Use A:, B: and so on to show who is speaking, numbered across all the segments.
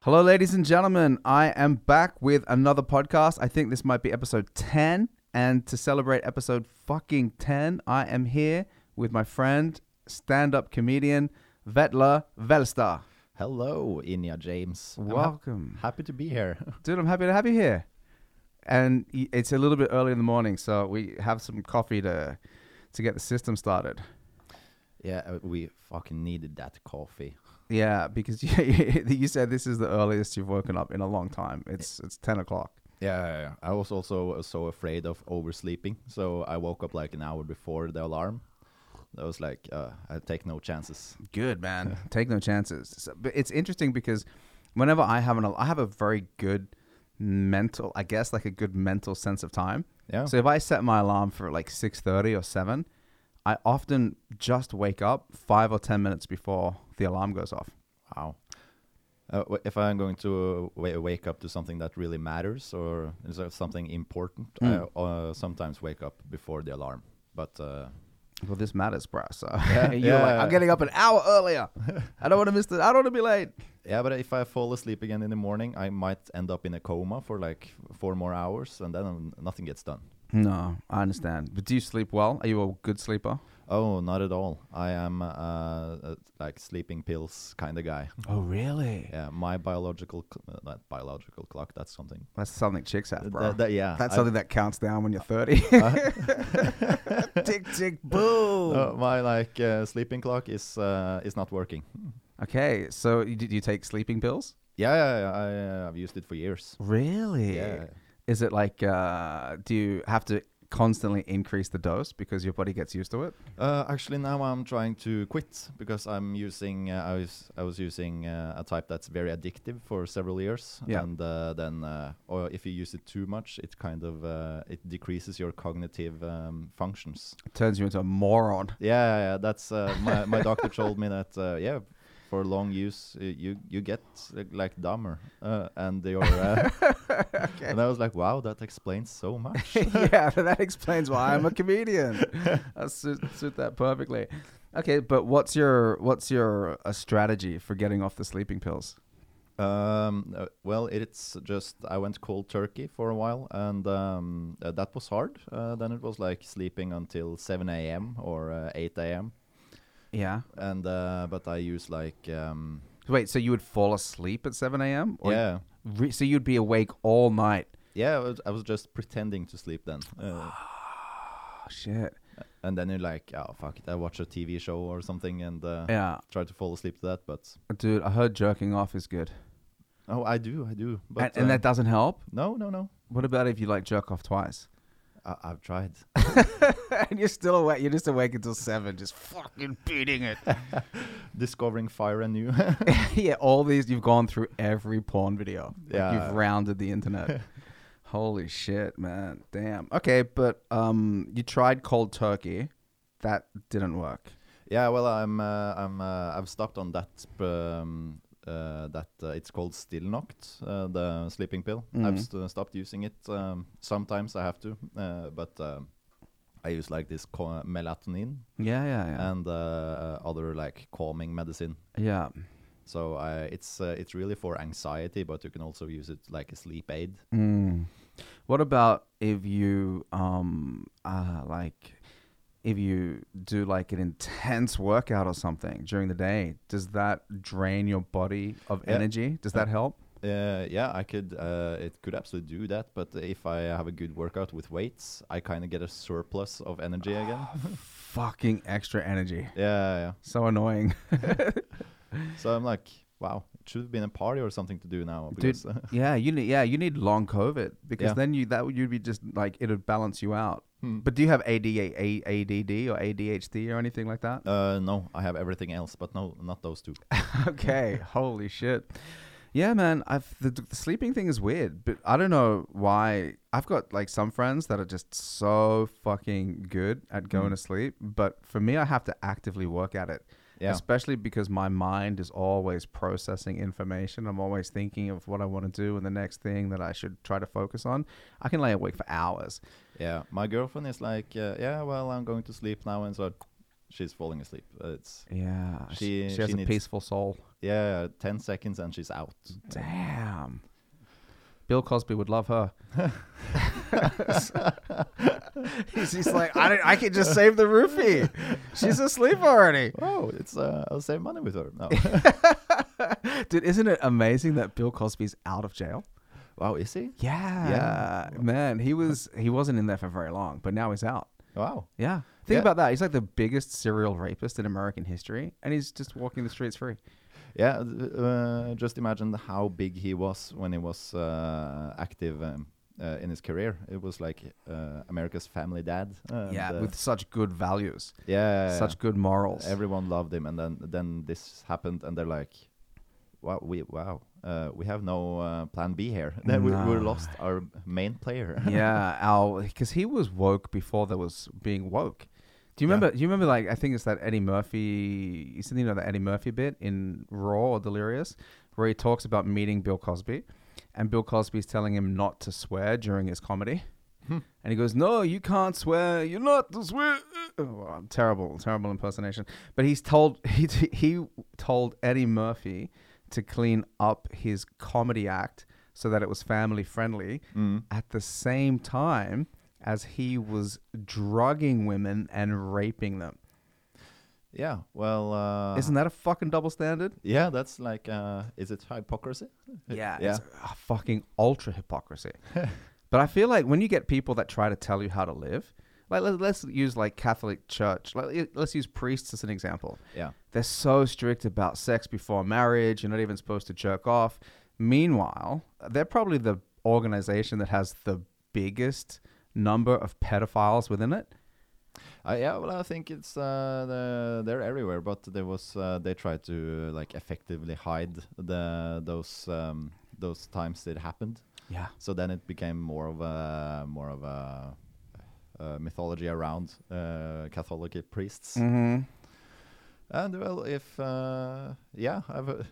A: Hello, ladies and gentlemen. I am back with another podcast. I think this might be episode 10. And to celebrate episode fucking 10, I am here with my friend, stand up comedian, Vetla Velstar.
B: Hello, Inya James. I'm hap-
A: Welcome.
B: happy to be here.
A: Dude, I'm happy to have you here. And y- it's a little bit early in the morning, so we have some coffee to to get the system started.
B: yeah, uh, we fucking needed that coffee.
A: Yeah, because you, you said this is the earliest you've woken up in a long time. It's it's 10 o'clock.
B: Yeah, yeah, yeah. I was also uh, so afraid of oversleeping, so I woke up like an hour before the alarm. I was like, uh, I take no chances.
A: Good man. Take no chances. So, but it's interesting because whenever I have an, I have a very good mental, I guess, like a good mental sense of time.
B: Yeah.
A: So if I set my alarm for like six thirty or seven, I often just wake up five or ten minutes before the alarm goes off.
B: Wow. Uh, w- if I'm going to uh, wa- wake up to something that really matters or is there something important, I uh, sometimes wake up before the alarm. But uh,
A: Well, this matters, bro. So you're
B: yeah,
A: like,
B: yeah.
A: I'm getting up an hour earlier. I don't want to miss the. I don't want to be late.
B: Yeah, but if I fall asleep again in the morning, I might end up in a coma for like four more hours, and then um, nothing gets done.
A: No, I understand. But do you sleep well? Are you a good sleeper?
B: Oh, not at all. I am uh, uh, like sleeping pills kind of guy.
A: Oh, really?
B: Yeah, my biological, cl- uh, not biological clock. That's something.
A: That's something chicks have, bro.
B: Th- th- yeah,
A: That's
B: I-
A: something that counts down when you're 30. tick, tick, boom.
B: uh, my like uh, sleeping clock is uh, is not working.
A: Okay, so you, did you take sleeping pills?
B: Yeah, yeah, yeah, I, uh, I've used it for years.
A: Really?
B: Yeah.
A: Is it like, uh, do you have to constantly increase the dose because your body gets used to it?
B: Uh, actually, now I'm trying to quit because I'm using. Uh, I was I was using uh, a type that's very addictive for several years,
A: Yeah.
B: and uh, then uh, or if you use it too much, it kind of uh, it decreases your cognitive um, functions.
A: It turns you into a moron.
B: Yeah, yeah, yeah, that's uh, my my doctor told me that. Uh, yeah, for long use, uh, you you get uh, like dumber, uh, and your uh, and I was like, wow, that explains so much.
A: yeah, that explains why I'm a comedian. I suit, suit that perfectly. Okay, but what's your what's your uh, strategy for getting off the sleeping pills?
B: Um, uh, well, it's just I went cold turkey for a while, and um, uh, that was hard. Uh, then it was like sleeping until 7 a.m. or uh, 8 a.m.
A: Yeah.
B: And uh, but I use like um,
A: Wait, so you would fall asleep at 7 a.m.? Or-
B: yeah,
A: Re- so you'd be awake all night.
B: yeah. I was, I was just pretending to sleep then, uh,
A: Oh, shit.
B: and then you're like, oh fuck it, I watch a TV show or something and uh,
A: Yeah.
B: try to fall asleep to that. But
A: Dude, I heard jerking off is good.
B: oh, I do, I do. But
A: and, and
B: uh,
A: that doesn't help?
B: no, no, no.
A: What about if you like jerk off twice?
B: I, I've tried.
A: and you're still awake. You're just awake until seven, just fucking beating it.
B: Discovering fire anew.
A: yeah, all these, you've gone through every porn video. Like,
B: Yeah.
A: You've rounded the internet. Holy shit, man. Damn. Okay, but um, you tried cold turkey. That didn't work.
B: Yeah, well, I'm uh, I'm uh, I've stopped on that um, uh, that uh, it's called Stillnoct, uh, the sleeping pill. I've st- stopped using it. Um, sometimes I have to, uh, but um, I use like this co- melatonin
A: Yeah, yeah, yeah.
B: and uh, other like calming medicine.
A: yeah.
B: So I, it's uh, it's really for anxiety, but you can also use it like a sleep aid.
A: Mm. What about if you um uh like if you do like an intense workout or something during the day, does that drain your body of
B: Yeah.
A: energy? Does that help?
B: Uh, yeah, I could. Uh, it could absolutely do that. But if I have a good workout with weights, I kind of get a surplus of energy again.
A: Fucking extra energy.
B: yeah, yeah.
A: So annoying.
B: So I'm like, wow, it should have been a party or something to do now.
A: Dude,
B: Because, uh,
A: yeah, you need yeah, you need long COVID because
B: Yeah.
A: then you that would you'd be just like it would balance you out.
B: Hmm.
A: But do you have AD, A- ADD or ADHD or anything like that?
B: uh, no, I have everything else, but no, not those two.
A: okay, holy shit. Yeah, man, I've the, the sleeping thing is weird, but I don't know why. I've got like some friends that are just so fucking good at going to
B: Mm.
A: sleep, but for me, I have to actively work at it.
B: Yeah.
A: Especially because my mind is always processing information. I'm always thinking of what I want to do and the next thing that I should try to focus on. I can lay awake for hours.
B: yeah, my girlfriend is like, uh, yeah, well, I'm going to sleep now, and so she's falling asleep. Uh, It's
A: Yeah.
B: She-
A: She, she,
B: she
A: has a
B: needs-
A: peaceful soul.
B: yeah, ten seconds and she's out.
A: Damn. Bill Cosby would love her. he's, he's like, I, don't- I can just save the roofie. She's asleep already.
B: Oh, it's uh, I'll save money with her. No.
A: Dude, isn't it amazing that Bill Cosby's out of jail?
B: wow, is he?
A: Yeah. Man, he was he wasn't in there for very long, but now he's out.
B: Wow.
A: Yeah. Think
B: Yeah.
A: about that. He's like the biggest serial rapist in American history, and he's just walking the streets free.
B: Yeah, th- uh, just imagine how big he was when he was uh, active um, uh, in his career. It was like uh, America's family dad. and,
A: yeah,
B: uh,
A: with such good values,
B: yeah, yeah,
A: such good morals.
B: Everyone loved him, and then then this happened, and they're like, "Wow, we wow, uh, we have no uh, plan B here. Then we, we
A: No.
B: lost our main player."
A: yeah, our because he was woke before there was being woke. Do you
B: Yeah.
A: remember? Do you remember? Like, I think it's that Eddie Murphy. Isn't you know the Eddie Murphy bit in Raw or Delirious, where he talks about meeting Bill Cosby, and Bill Cosby's telling him not to swear during his comedy, and he goes, "No, you can't swear. You're not to swear." Oh, terrible, terrible impersonation. But he's told he he told Eddie Murphy to clean up his comedy act so that it was family friendly
B: Mm.
A: at the same time as he was drugging women and raping them.
B: yeah. Well, uh,
A: Isn't that a fucking double standard?
B: yeah, that's like, uh, is it hypocrisy?
A: It's a fucking ultra hypocrisy. but I feel like when you get people that try to tell you how to live, like let- let's use like Catholic Church, like let's use priests as an example.
B: yeah.
A: They're so strict about sex before marriage. You're not even supposed to jerk off. Meanwhile, they're probably the organization that has the biggest number of pedophiles within it.
B: Uh, yeah, well, I think it's uh, the, they're everywhere, but there was uh, they tried to uh, like effectively hide the those um, those times it happened.
A: Yeah.
B: So then it became more of a more of a, uh mythology around uh, Catholic priests.
A: Mm-hmm.
B: And well, if uh, yeah, I've, uh,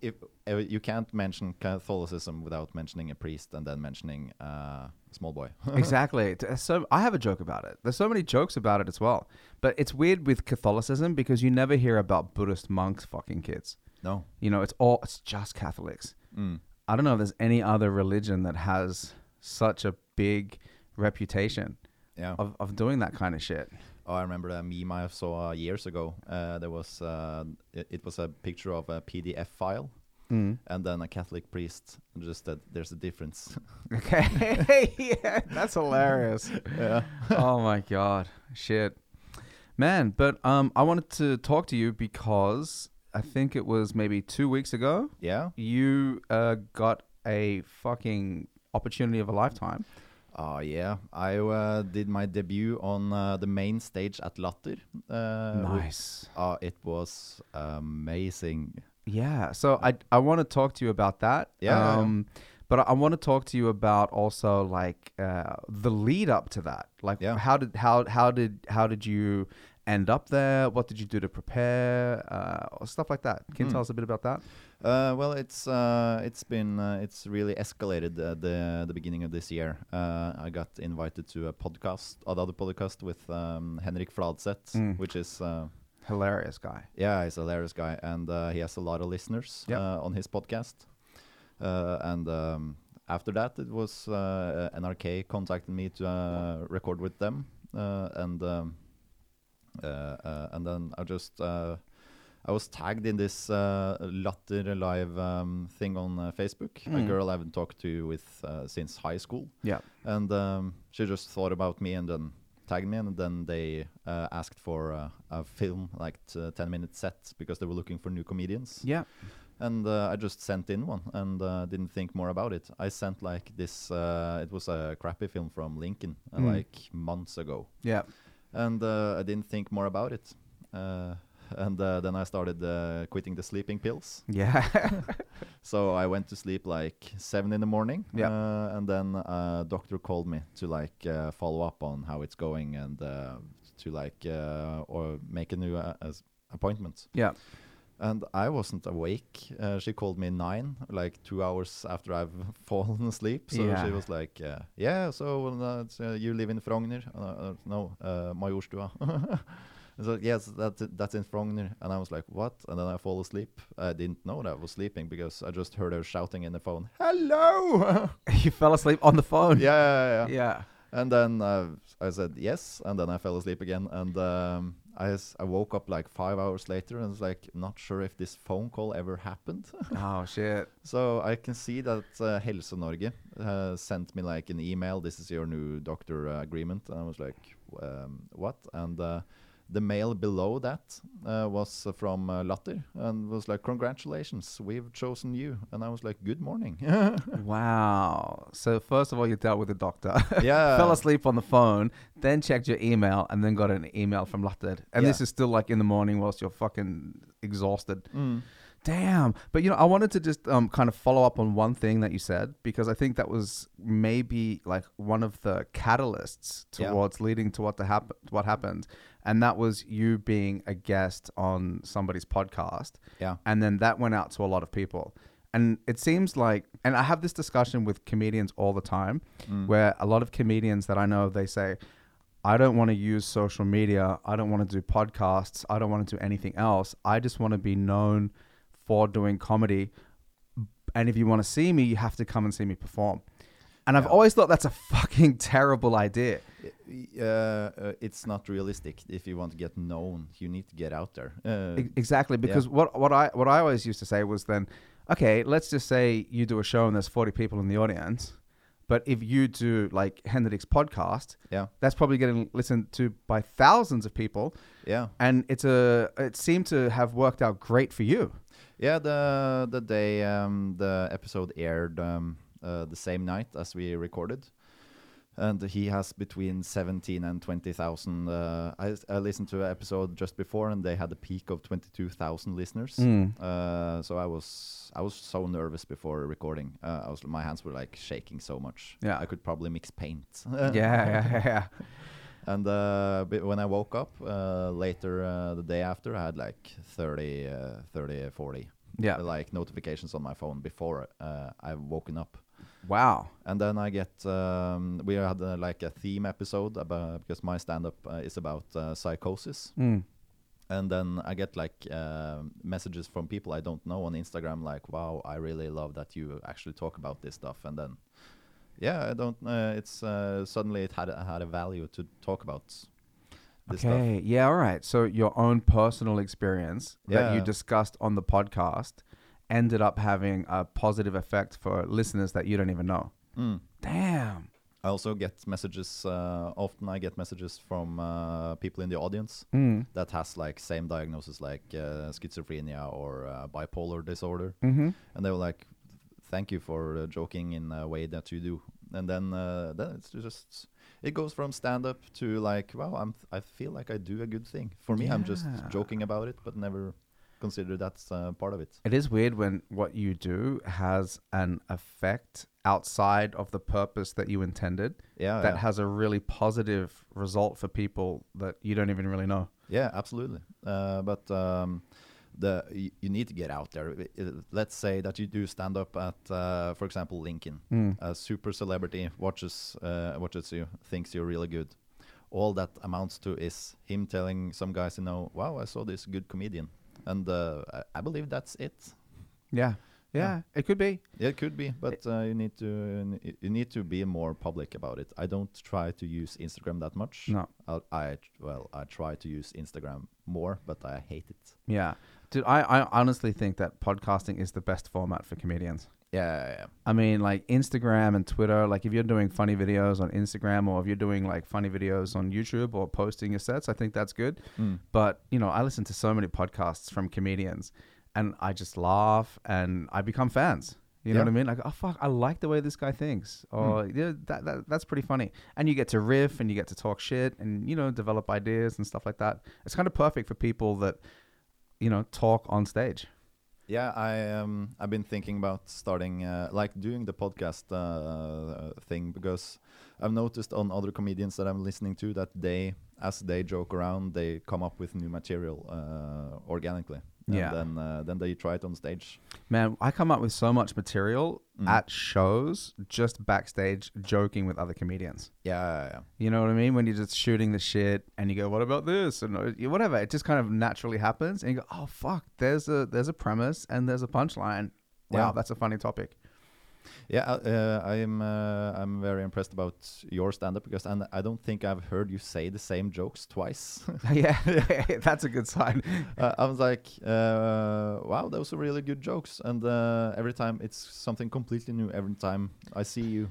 B: if uh, you can't mention Catholicism without mentioning a priest and then mentioning uh, small boy.
A: exactly. T- So I have a joke about it. There's so many jokes about it as well. But it's weird with Catholicism because you never hear about Buddhist monks fucking kids.
B: no.
A: You know, it's all it's just Catholics.
B: Mm.
A: I don't know if there's any other religion that has such a big reputation
B: Yeah.
A: of, of doing that kind of shit.
B: Oh, I remember a meme I saw years ago. Uh, there was uh, it, it was a picture of a PDF file, and then a Catholic priest. and Just that there's a difference.
A: Okay. yeah, that's hilarious.
B: yeah.
A: oh my god, shit, man. But um, I wanted to talk to you because I think it was maybe two weeks ago
B: Yeah.
A: you uh, got a fucking opportunity of a lifetime.
B: Oh yeah. I uh, did my debut on uh, the main stage at Latter. Uh, wh-
A: nice.
B: Oh, it was amazing.
A: Yeah. So I I want to talk to you about that.
B: Yeah, yeah, yeah.
A: Um, but I, I want to talk to you about also like uh, the lead up to that. Like
B: Yeah.
A: how did how how did how did you end up there? What did you do to prepare? Uh, or stuff like that. Can you tell us a bit about that?
B: Uh, well, it's uh, it's been uh, it's really escalated at the the beginning of this year. Uh, I got invited to a podcast, another podcast with um, Henrik Fladseth,
A: Mm.
B: which is uh,
A: Hilarious guy.
B: yeah, he's a hilarious guy, and uh, he has a lot of listeners
A: Yeah.
B: uh, on his podcast. Uh, and um, after that, it was uh, uh, NRK contacted me to uh, record with them, uh, and um, uh, uh, and then I just uh, I was tagged in this uh, Latter Live um, thing on uh, Facebook. A
A: Mm.
B: girl I haven't talked to with uh, since high school,
A: Yeah.
B: and um, she just thought about me and then tagged me and then they uh, asked for uh, a film like t- 10 minute set because they were looking for new comedians
A: Yeah.
B: and uh, i just sent in one and uh, didn't think more about it i sent like this uh, it was a crappy film from lincoln uh,
A: Mm.
B: like months ago
A: Yeah.
B: and uh, i didn't think more about it uh, and uh, then i started uh, quitting the sleeping pills
A: Yeah.
B: so I went to sleep like seven in the morning,
A: Yeah.
B: uh, and then a doctor called me to like uh, follow up on how it's going and uh, to like uh, or make a new uh, as- appointment.
A: yeah.
B: And I wasn't awake. Uh, she called me nine, like two hours after I've fallen asleep. So
A: Yeah.
B: she was like, uh, "Yeah, so uh, it's, uh, you live in Frogner? Uh, uh, no, uh, Majorstua." It's like, yes, that's it, that's in Frogner. And I was like, what? And then I fall asleep. I didn't know that I was sleeping because I just heard her shouting in the phone, hello.
A: you fell asleep on the
B: yeah,
A: phone.
B: yeah, yeah.
A: Yeah.
B: And then uh, I said yes, and then I fell asleep again. And um, I, s- I woke up like five hours later and was like, not sure if this phone call ever happened.
A: Oh shit.
B: so I can see that uh, Helse Norge uh, sent me like an email. This is your new doctor uh, agreement. And I was like, um, what? And uh, the mail below that uh, was uh, from uh, Latter and was like, congratulations, we've chosen you. And I was like, good morning.
A: Wow. So first of all, you dealt with the doctor.
B: yeah.
A: Fell asleep on the phone, then checked your email, and then got an email from Lutted. And this
B: Yeah.
A: is still like in the morning whilst you're fucking exhausted.
B: Mm.
A: Damn. But you know, I wanted to just um, kind of follow up on one thing that you said because I think that was maybe like one of the catalysts
B: Yeah.
A: towards leading to what the hap- what happened, and that was you being a guest on somebody's podcast.
B: Yeah.
A: And then that went out to a lot of people. And it seems like, and I have this discussion with comedians all the time,
B: Mm.
A: where a lot of comedians that I know they say, I don't want to use social media. I don't want to do podcasts. I don't want to do anything else. I just want to be known for doing comedy. And if you want to see me, you have to come and see me perform. And I've
B: Yeah.
A: always thought that's a fucking terrible idea.
B: uh, uh, it's not realistic if you want to get known you need to get out there uh,
A: E- Exactly, because what what I what I always used to say was then, okay, let's just say you do a show and there's 40 people in the audience, but if you do like Hendrix podcast,
B: yeah
A: that's probably getting listened to by thousands of people,
B: yeah
A: and it's a it seemed to have worked out great for you.
B: yeah the the day um, the episode aired um, uh, the same night as we recorded and he has between 17 and 20,000 uh, I, I listened to an episode just before and they had a peak of 22,000 listeners
A: Mm.
B: uh, so I was I was so nervous before recording uh, I was my hands were like shaking so much
A: Yeah.
B: I could probably mix paint
A: Yeah, yeah, yeah, yeah.
B: And uh, but when I woke up uh, later uh, the day after, I had like 30, uh, 30 40
A: Yeah.
B: like notifications on my phone before uh, I've woken up.
A: Wow.
B: And then I get um, we had uh, like a theme episode about because my stand up uh, is about uh, psychosis.
A: Mm.
B: And then I get like um messages from people I don't know on Instagram, like, "Wow, I really love that you actually talk about this stuff." And then, yeah, I don't. Uh, it's uh, suddenly it had a, had a value to talk about this stuff.
A: Okay. Yeah. All right. So your own personal experience that you
B: Yeah.
A: discussed on the podcast ended up having a positive effect for listeners that you don't even know.
B: Mm.
A: Damn.
B: I also get messages. Uh, often I get messages from uh, people in the audience
A: Mm.
B: that has like same diagnosis like uh, schizophrenia or uh, bipolar disorder,
A: Mm-hmm.
B: and they were like, "Thank you for uh, joking in a way that you do." And then uh, then it's just it goes from stand up to like, "Wow, I'm I feel like I do a good thing." For me, I'm just
A: Yeah.
B: joking about it, but never consider that's uh, part of it.
A: It is weird when what you do has an effect outside of the purpose that you intended
B: Yeah,
A: that
B: yeah.
A: has a really positive result for people that you don't even really know.
B: Yeah, absolutely. Uh, but um, the you, you need to get out there. I- i- Let's say that you do stand up at, uh, for example, Lincoln.
A: Mm.
B: A super celebrity watches uh, watches you, thinks you're really good. All that amounts to is him telling some guys, you know, wow, I saw this good comedian, and uh, I, I believe that's it.
A: Yeah. Yeah,
B: Yeah.
A: it could be.
B: Yeah, it could be, but uh, you need to n- you need to be more public about it. I don't try to use Instagram that much.
A: No.
B: I, I well, I try to use Instagram more, but I hate it.
A: Yeah. Dude, I, I honestly think that podcasting is the best format for comedians.
B: Yeah, yeah, yeah.
A: I mean, like Instagram and Twitter. Like, if you're doing funny videos on Instagram or if you're doing like funny videos on YouTube or posting your sets, I think that's good. But, you know, I listen to so many podcasts from comedians and I just laugh and I become fans. You know
B: Yeah.
A: what I mean? Like, oh, fuck, I like the way this guy thinks. Or, yeah, that, that, that's pretty funny. And you get to riff and you get to talk shit and, you know, develop ideas and stuff like that. It's kind of perfect for people that, you know, talk on stage.
B: Yeah, I um, I've been thinking about starting uh, like doing the podcast uh, uh, thing because I've noticed on other comedians that I'm listening to that they, as they joke around, they come up with new material uh, organically. and
A: Yeah.
B: then uh, then they try it on stage.
A: Man, I come up with so much material
B: Mm.
A: at shows just backstage joking with other comedians.
B: Yeah, yeah,
A: You know what I mean? When you're just shooting the shit and you go, "What about this?" and uh, whatever, it just kind of naturally happens, and you go, "Oh fuck, there's a there's a premise and there's a punchline. Wow,
B: Yeah.
A: that's a funny topic."
B: yeah. I- Uh, I'm uh, I'm very impressed about your stand-up because and I don't think I've heard you say the same jokes twice.
A: yeah, that's a good sign.
B: uh, I was like, uh, wow, those are really good jokes, and uh, every time it's something completely new. Every time I see you,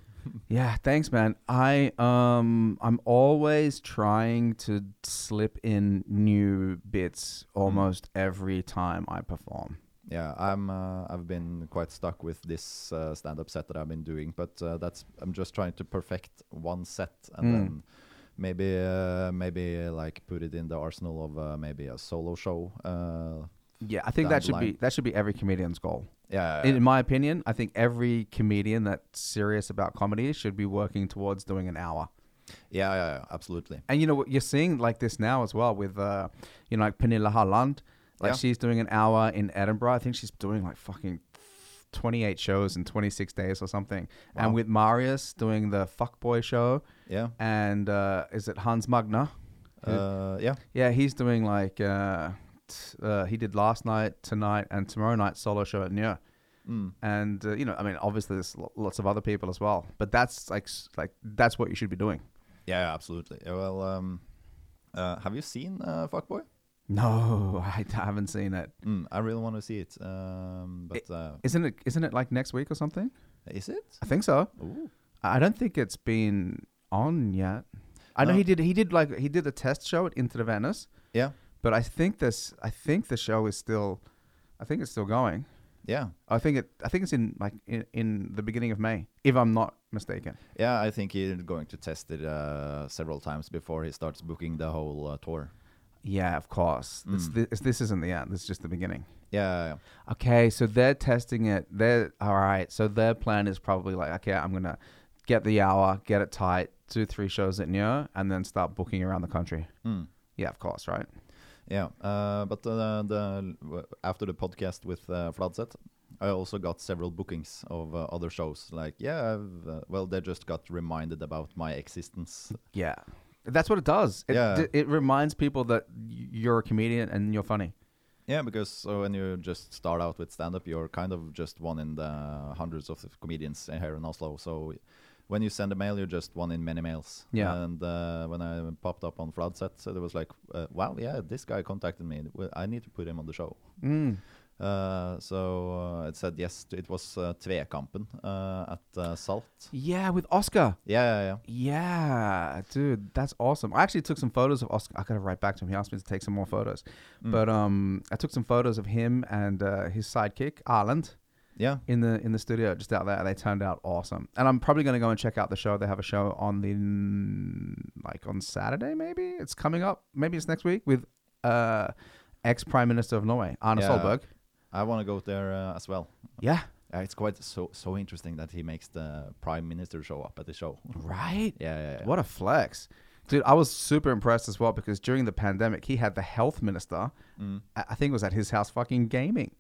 A: Yeah, thanks, man. I um I'm always trying to slip in new bits almost every time I perform.
B: yeah, I'm uh, I've been quite stuck with this uh, stand-up set that I've been doing, but uh, that's I'm just trying to perfect one set and
A: Mm.
B: then. Maybe, uh, maybe like put it in the arsenal of uh, maybe a solo show. Uh,
A: Yeah, I think
B: Down
A: that
B: the
A: should
B: line.
A: be that should be every comedian's goal.
B: yeah,
A: In, in my opinion, I think every comedian that's serious about comedy should be working towards doing an hour.
B: yeah, yeah, yeah, absolutely.
A: And you know what you're seeing like this now as well with uh you know like Pernilla Harland. Like
B: Yeah.
A: she's doing an hour in Edinburgh. I think she's doing like fucking 28 shows in 26 days or something. And
B: Wow.
A: with Marius doing the fuckboy show
B: Yeah,
A: and uh is it Hans Magner? Who-
B: uh, yeah,
A: Yeah, he's doing like uh, t- uh he did last night, tonight and tomorrow night solo show at New.
B: mm,
A: and uh, you know i mean obviously there's lo- lots of other people as well but that's like s- like that's what you should be doing
B: yeah, yeah, absolutely. Yeah, well, um, uh, have you seen uh, Fuckboy?
A: no i d- haven't seen it
B: Mm, I really want to see it. Um, but uh,
A: isn't it isn't it like next week or something
B: is it?
A: i think so
B: Ooh.
A: i I don't think it's been on yet i know
B: No.
A: he did he did like he did a test show at inter venice
B: Yeah,
A: but i think this i think the show is still i think it's still going
B: yeah,
A: i think it i think it's in like in, in the beginning of may if i'm not mistaken
B: yeah. I think he's going to test it uh, several times before he starts booking the whole uh, tour.
A: yeah of course It's
B: Mm.
A: thi- it's- this isn't the end this is just the beginning
B: Yeah, yeah,
A: Okay, so they're testing it. They're all right. So their plan is probably like, okay, I'm gonna get the hour, get it tight, do three shows at New, and then start booking around the country.
B: yeah. Mm,
A: Yeah, of course, right?
B: yeah. Uh, but uh, the w- after the podcast with uh, Fladseth, I also got several bookings of uh, other shows. Like, yeah, I've, uh, well, they just got reminded about my existence.
A: Yeah, that's what it does. It,
B: Yeah.
A: d- it reminds people that y- you're a comedian and you're funny.
B: Yeah, because uh, when you just start out with stand up, you're kind of just one in the hundreds of comedians here in Oslo. So when you send a mail, you're just one in many mails.
A: Yeah.
B: And uh, when I popped up on Fladset, so there was like, uh, wow, yeah, this guy contacted me. Well, I need to put him on the show.
A: Mm.
B: Uh, so uh, it said yes. t- It was uh, Tvekampen uh, at uh, Salt.
A: Yeah, with Oscar.
B: Yeah, yeah, yeah.
A: Yeah, dude, that's awesome. I actually took some photos of Oscar. I gotta write back to him. He asked me to take some more photos,
B: Mm.
A: but um, I took some photos of him and uh, his sidekick Ireland.
B: yeah.
A: in the in the studio just out there. They turned out awesome, and I'm probably going to go and check out the show. They have a show on the like on Saturday, maybe it's coming up. Maybe it's next week with uh ex Prime Minister of Norway Arne
B: Yeah.
A: Solberg.
B: I want to go there uh, as well.
A: Yeah,
B: Uh, it's quite so so interesting that he makes the prime minister show up at the show.
A: right.
B: Yeah, yeah, yeah.
A: What a flex, dude! I was super impressed as well because during the pandemic, he had the health minister.
B: Mm.
A: I I think it was at his house, fucking gaming.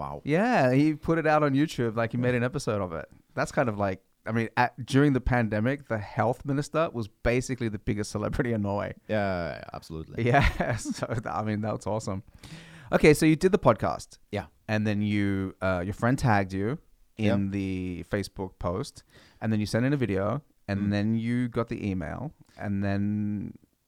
B: Wow.
A: Yeah, he put it out on YouTube. Like he made an episode of it. That's kind of like, I mean, at, during the pandemic, the health minister was basically the biggest celebrity in Norway.
B: Yeah, yeah, absolutely.
A: Yeah, so th- I mean, that's awesome. Okay, so you did the podcast,
B: Yeah.
A: and then you, uh, your friend tagged you in the Facebook post, and then you sent in a video, and
B: Mm.
A: then you got the email, and then,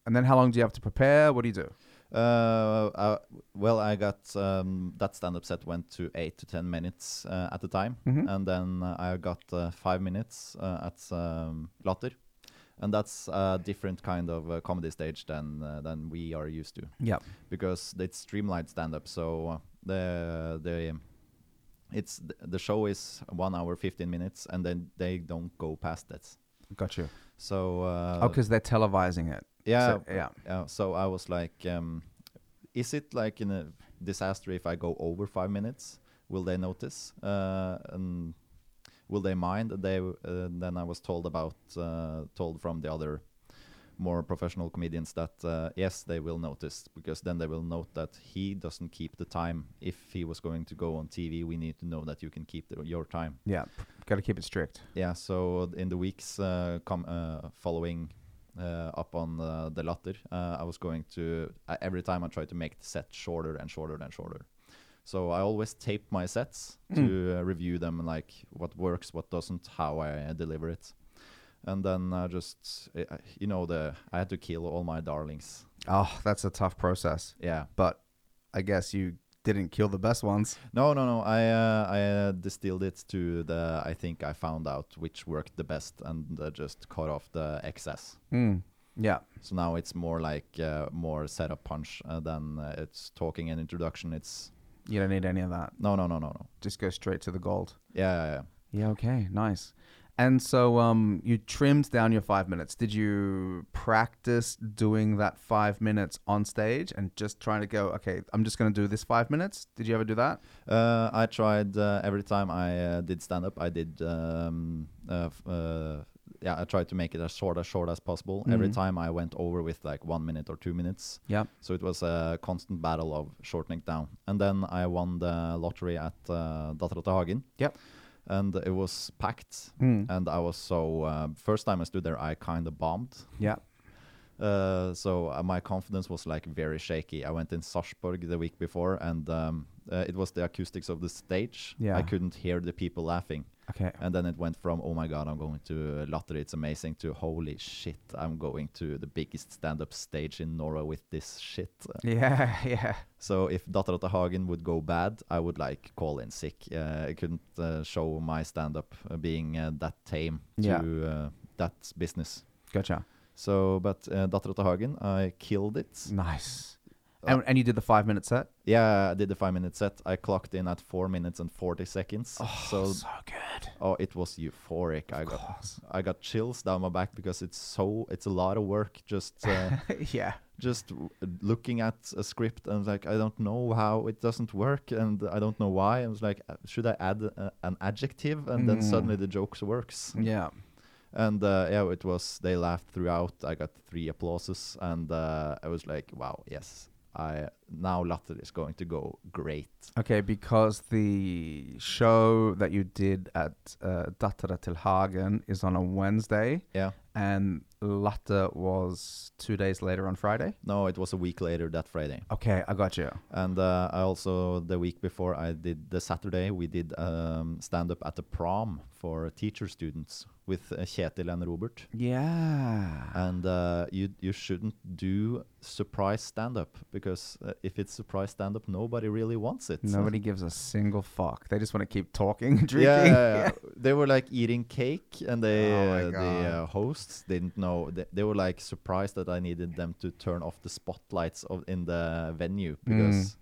A: and then how long do you have to prepare? What do you do?
B: Uh, uh, well, I got um, that stand-up set went to eight to ten minutes uh, at the time,
A: Mhm.
B: and then uh, I got uh, five minutes uh, at um, Latter, and that's a different kind of uh, comedy stage than uh, than we are used to
A: Yeah,
B: because it's streamlined stand-up. So uh, the the it's the show is one hour fifteen minutes, and then they don't go past that.
A: got you.
B: So uh,
A: Oh, because they're televising it.
B: yeah,
A: So- yeah.
B: Yeah, so I was like, um, is it like in a disaster if I go over five minutes? Will they notice? Uh, and will they mind? They uh, then I was told about uh, told from the other more professional comedians that uh, yes they will notice because then they will note that he doesn't keep the time if he was going to go on tv we need to know that you can keep the, your time
A: Yeah, got to keep it strict.
B: yeah so in the weeks uh, com- uh, following uh, up on uh, the latter uh, i was going to I every time i tried to make the set shorter and shorter and shorter so i always tape my sets to uh, review them like what works what doesn't how i uh, deliver it and then i just I- I- you know the i had to kill all my darlings
A: Oh, that's a tough process.
B: yeah
A: But I guess you didn't kill the best ones.
B: no no no i uh, i uh, distilled it to the i think i found out which worked the best and uh, just cut off the excess
A: Mm. Yeah.
B: So now it's more like uh, more setup punch uh, than uh, it's talking and introduction. It's
A: You don't need any of that.
B: no, no, no, no, no.
A: Just go straight to the gold.
B: Yeah, yeah, yeah.
A: Yeah, okay. Nice. And so um you trimmed down your 5 minutes. Did you practice doing that 5 minutes on stage and just trying to go, okay, I'm just going to do this 5 minutes? Did you ever do that?
B: Uh, I tried uh, every time I uh, did stand up. I did, um, uh, f- uh, yeah. I tried to make it as short as short as possible. Every
A: Mhm.
B: time I went over with like one minute or two minutes.
A: Yep.
B: So it was a constant battle of shortening down. And then I won the lottery at uh, Dattera til Hagen.
A: Yep.
B: And it was packed.
A: Mm.
B: And I was so uh, first time I stood there, I kind of bombed.
A: Yeah.
B: Uh, so uh, my confidence was like very shaky. I went in Sarsborg the week before, and um, uh, it was the acoustics of the stage.
A: Yeah.
B: I couldn't hear the people laughing,
A: Okay.
B: and then it went from "Oh my God, I'm going to Latter, it's amazing" to "Holy shit, I'm going to the biggest stand-up stage in Norway with this shit." Uh,
A: Yeah, yeah.
B: So if Dattera til Hagen would go bad, I would like call in sick. Uh, I couldn't uh, show my stand-up uh, being uh, that tame to
A: Yeah.
B: uh, that business.
A: Gotcha.
B: So, but uh, Dattera til Hagen, I killed it.
A: Nice. And, and you did the 5 minute set?
B: Yeah, I did the five minute set. I clocked in at four minutes and forty seconds.
A: Oh,
B: so,
A: good.
B: oh, it was euphoric. I got I got chills down my back because it's so it's a lot of work. Just uh,
A: yeah.
B: just w- looking at a script and like I don't know how it doesn't work and I don't know why. I was like, uh, should I add uh, an adjective? And then
A: Mm.
B: suddenly the jokes works.
A: Yeah.
B: And uh, yeah, it was they laughed throughout. I got three applauses and uh, I was like, wow, yes. I now Latter is going to go great.
A: Okay, because the show that you did at uh, Dattera til Hagen is on a Wednesday,
B: Yeah.
A: and Latte was two days later on Friday.
B: No, it was a week later that Friday.
A: Okay, I got you.
B: And uh, I also, the week before I did the Saturday, we did um, stand up at the prom for teacher students with uh, Kjetil and Robert.
A: Yeah.
B: And uh, you, you shouldn't do surprise stand up because uh, if it's surprise stand up, nobody really wants it.
A: Nobody gives a single fuck. They just want to keep talking, and
B: Yeah,
A: drinking.
B: yeah, yeah. they were like eating cake, and they
A: Oh my
B: uh, the uh,
A: God.
B: hosts didn't know. They, they were like surprised that I needed them to turn off the spotlights of in the venue
A: Mm.
B: because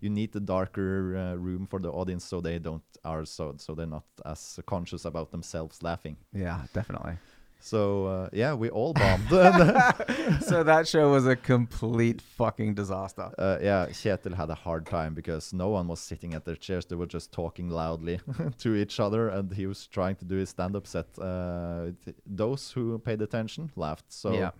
B: you need the darker uh, room for the audience, so they don't are so so they're not as conscious about themselves laughing.
A: Yeah, definitely.
B: So uh, yeah, we all bombed. uh,
A: so that show was a complete fucking disaster.
B: Uh, yeah, Kjetil had a hard time because no one was sitting at their chairs. They were just talking loudly to each other, and he was trying to do his stand-up set. Uh, it- those who paid attention laughed. So
A: yeah.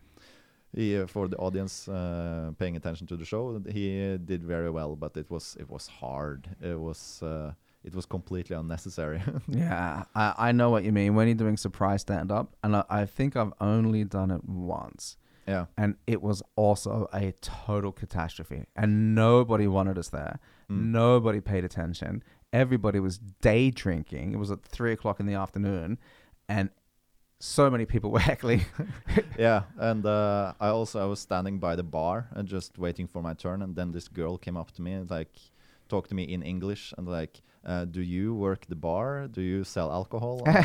B: he, uh, for the audience uh, paying attention to the show, he uh, did very well, but it was it was hard. It was uh, it was completely unnecessary.
A: Yeah, I, I know what you mean. When you're doing surprise stand up, and I, I think I've only done it once.
B: yeah.
A: and it was also a total catastrophe and nobody wanted us there
B: Hmm.
A: nobody paid attention everybody was day drinking it was at three o'clock in the afternoon and so many people were heckling
B: yeah and uh, i also i was standing by the bar and just waiting for my turn and then this girl came up to me and like talked to me in english and like uh, do you work the bar do you sell alcohol and,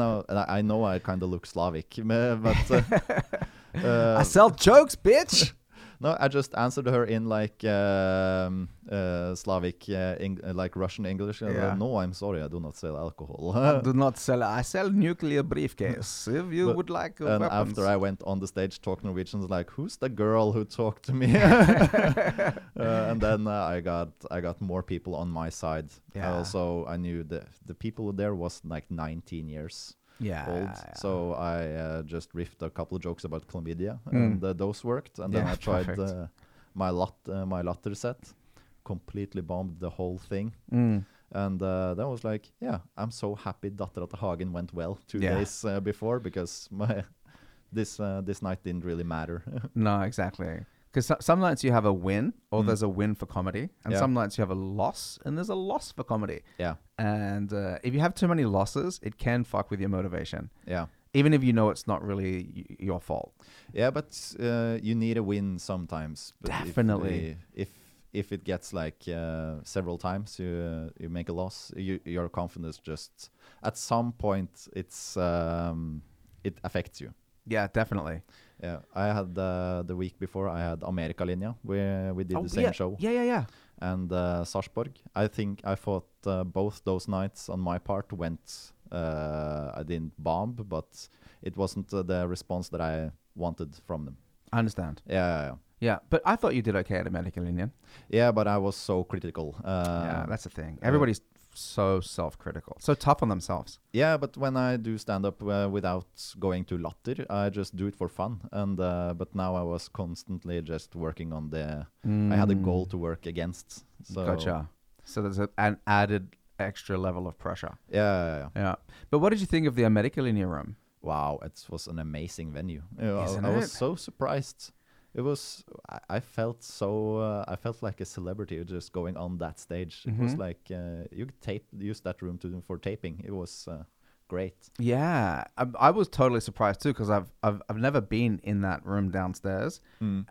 B: I, and I- I know i kind of look slavic but uh,
A: i
B: uh,
A: sell jokes bitch
B: no i just answered her in like um, uh, slavic uh, Eng- uh, like russian english And, uh,
A: Yeah.
B: no i'm sorry i do not sell alcohol
A: I do not sell i sell nuclear briefcase if you
B: But-
A: would like uh,
B: and
A: weapons.
B: after I went on the stage, talk Norwegians like, "Who's the girl who talked to me?" Uh, and then uh, I got I got more people on my side. I
A: Yeah.
B: also I knew the the people there was like 19 years.
A: Yeah.
B: old.
A: Ah, yeah.
B: So I uh, just riffed a couple of jokes about chlamydia,
A: Mm.
B: and uh, those worked. And then
A: Yeah,
B: I tried
A: perfect.
B: uh, my lot, uh, my latter set, completely bombed the whole thing.
A: Mm.
B: And uh, that was like, yeah, I'm so happy Dattera til Hagen went well two
A: Yeah.
B: days uh, before because my this uh, this night didn't really matter.
A: No, exactly. Because some nights you have a win, or
B: Mm.
A: there's a win for comedy, and
B: Yeah.
A: some nights you have a loss, and there's a loss for comedy.
B: yeah,
A: And uh, if you have too many losses, it can fuck with your motivation,
B: yeah,
A: even if you know it's not really y- your fault.
B: yeah. But uh, you need a win sometimes. But if
A: Definitely.
B: the- If if it gets like uh, several times, you uh, you make a loss. You, your confidence just at some point it's um, it affects you.
A: Yeah, definitely.
B: Yeah, I had uh, the week before I had America Linja. We we did the
A: Oh,
B: same
A: yeah.
B: show.
A: Yeah, yeah, yeah.
B: and uh, Sarpsborg. I think I thought uh, both those nights on my part went. Uh, I didn't bomb, but it wasn't uh, the response that I wanted from them.
A: I understand.
B: Yeah, yeah, yeah.
A: Yeah, but I thought you did okay at American Union.
B: yeah but I was so critical. Uh,
A: yeah, that's the thing.
B: uh,
A: Everybody's so self-critical, so tough on themselves.
B: yeah, but when I do stand up uh, without going to latter, I just do it for fun. And uh, but now I was constantly just working on the. I
A: Mm.
B: had a goal to work against. So,
A: Gotcha. So there's a, an added extra level of pressure.
B: Yeah, yeah, yeah.
A: Yeah. But what did you think of the American Union room?
B: Wow, it was an amazing venue. You know, I-
A: Isn't
B: I,
A: it?
B: was so surprised. It was. I, I felt so. Uh, I felt like a celebrity just going on that stage. It was
A: Mhm.
B: like uh, you could tape use that room to for taping. It was uh, great.
A: Yeah, I, I was totally surprised too because I've, I've I've never been in that room downstairs,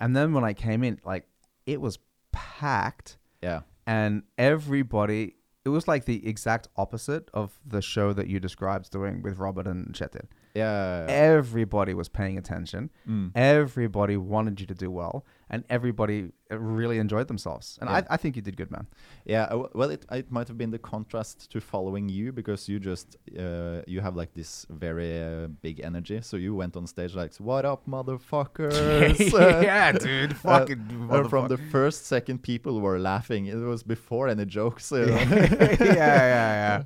A: and then when I came in, like it was packed,
B: Yeah.
A: and everybody. It was like the exact opposite of the show that you described doing with Robert and Chetin.
B: Yeah. Mm.
A: Everybody was paying attention. Everybody wanted you to do well, and everybody uh, really enjoyed themselves. And
B: Yeah.
A: I, I think you did good, man.
B: Yeah, uh, well, it it might have been the contrast to following you because you just uh, you have like this very uh, big energy. So you went on stage like, "What up, motherfuckers!"
A: yeah, dude,
B: Uh,
A: fucking
B: or from
A: motherfucker.
B: the first second, people were laughing. It was before any jokes. you know.
A: yeah, yeah, yeah.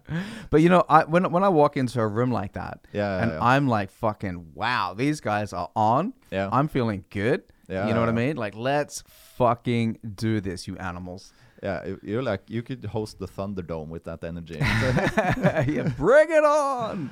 A: But you know, I when when I walk into a room like that,
B: Yeah, yeah,
A: and
B: yeah.
A: I'm like, fucking, wow, these guys are on.
B: Yeah.
A: I'm feeling good.
B: Yeah,
A: you know what I
B: yeah.
A: mean? Like, let's fucking do this, you animals.
B: yeah, you- you're like you could host the Thunderdome with that energy.
A: yeah, bring it on.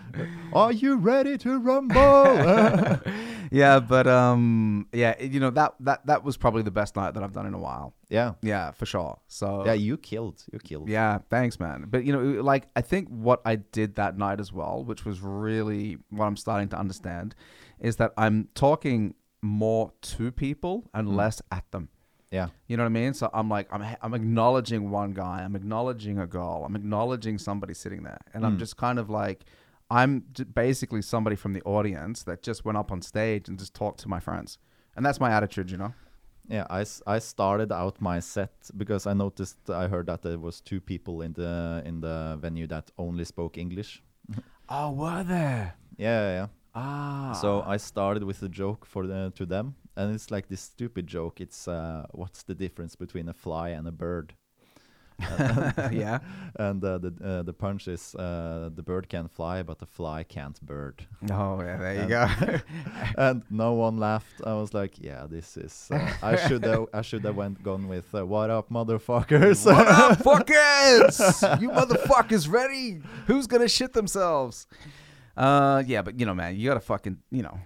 B: Are you ready to rumble?
A: yeah, but um, yeah, it- you know that that that was probably the best night that I've done in a while.
B: yeah,
A: Yeah, for sure. So
B: yeah, you killed, you killed.
A: Yeah, thanks, man. But you know, like I think what I did that night as well, which was really what I'm starting to understand, is that I'm talking more to people and
B: Mm.
A: less at them.
B: yeah,
A: You know what I mean? So I'm like, I'm, I'm acknowledging one guy, I'm acknowledging a girl, I'm acknowledging somebody sitting there, and I'm just kind of like, I'm j- basically somebody from the audience that just went up on stage and just talked to my friends, and that's my attitude, you know.
B: Yeah, I, s- I started out my set because I noticed I heard that there was two people in the in the venue that only spoke English.
A: Oh, were there?
B: Yeah, yeah. yeah.
A: Ah,
B: So I started with a joke for the, to them, and it's like this stupid joke. It's uh, what's the difference between a fly and a bird?
A: yeah.
B: And uh, the uh, the punch is uh, the bird can fly, but the fly can't bird.
A: Oh, yeah, there you go.
B: and no one laughed. I was like, yeah, this is. Uh, I should have I should have went gone with uh, what up, motherfuckers.
A: What up, fuckers? you motherfuckers ready? Who's gonna shit themselves? Uh, yeah, but you know, man, you gotta fucking, you know,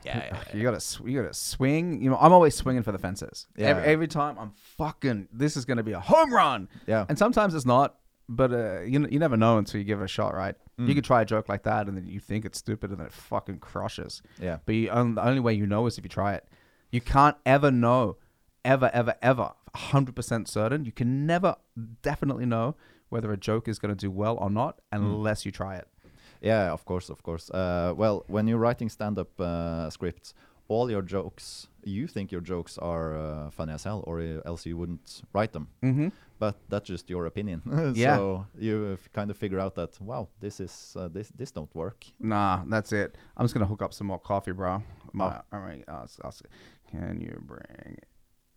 A: you gotta, sw- you gotta swing. You know, I'm always swinging for the fences.
B: Yeah.
A: Every, every time I'm fucking, this is gonna be a home run.
B: Yeah.
A: And sometimes it's not, but uh, you kn- you never know until you give it a shot, right?
B: Mm.
A: You could try a joke like that, and then you think it's stupid, and then it fucking crushes.
B: Yeah.
A: But you, um, the only way you know is if you try it. You can't ever know, ever, ever, ever, 100% certain. You can never definitely know whether a joke is going to do well or not unless you try it.
B: Yeah, of course, of course. Uh, well, when you're writing stand-up uh, scripts, all your jokes, you think your jokes are uh, funny as hell, or uh, else you wouldn't write them.
A: Mm-hmm.
B: But that's just your opinion.
A: Yeah.
B: So you uh, f- kind of figure out that wow, this is uh, this this don't work.
A: Nah, that's it. I'm just going to hook up some more coffee, bro. My, All right. I'll, s- I'll, si can you bring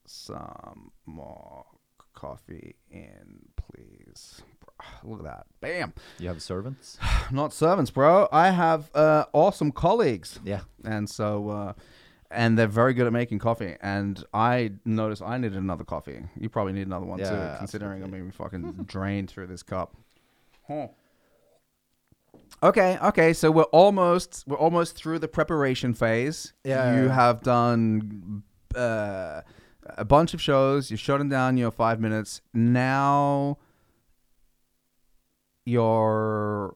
A: some more coffee in, please? Bro, look at that. Bam.
B: You have servants?
A: Not servants, bro. I have uh, awesome colleagues.
B: yeah.
A: and so uh, and they're very good at making coffee. And I noticed I needed another coffee. You probably need another one
B: Yeah,
A: too, considering I'm being fucking drained through this cup. Huh. Okay, okay. So we're almost we're almost through the preparation phase.
B: Yeah.
A: you have done uh, a bunch of shows. You've shut them down your five minutes. Now you're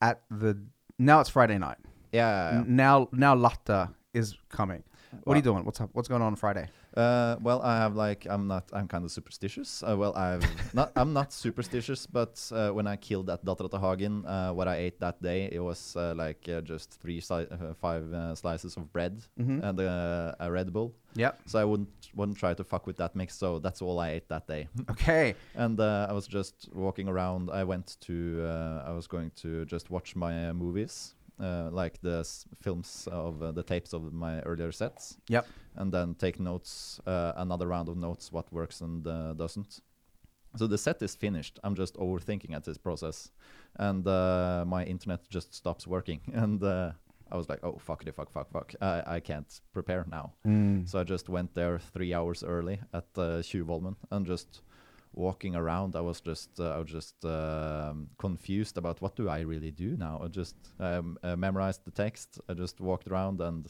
A: at the now it's Friday night.
B: Yeah.
A: N- now now Latta is coming. What are
B: Wow.
A: you doing? What's up? What's going on on Friday?
B: Uh, well, I have like I'm not I'm kind of superstitious. Uh, well, I've not I'm not superstitious, but uh, when I killed that Datter til Hagen, uh, what I ate that day, it was uh, like uh, just three si- uh, five uh, slices of bread
A: Mhm.
B: and uh, a Red Bull.
A: Yep.
B: So I wouldn't wouldn't try to fuck with that mix. So that's all I ate that day.
A: Okay.
B: and uh, I was just walking around. I went to uh, I was going to just watch my uh, movies, uh, like the s- films of uh, the tapes of my earlier sets
A: Yep.
B: and then take notes, uh, another round of notes, what works and uh, doesn't. So the set is finished. I'm just overthinking at this process, and uh, my internet just stops working. And uh, I was like, "Oh fuck it, fuck, fuck, fuck! I, I can't prepare now."
A: Mm.
B: So I just went there three hours early at uh, Tjuvholmen and just walking around. I was just uh, I was just um, confused about what do I really do now. I just um, uh, memorized the text. I just walked around and.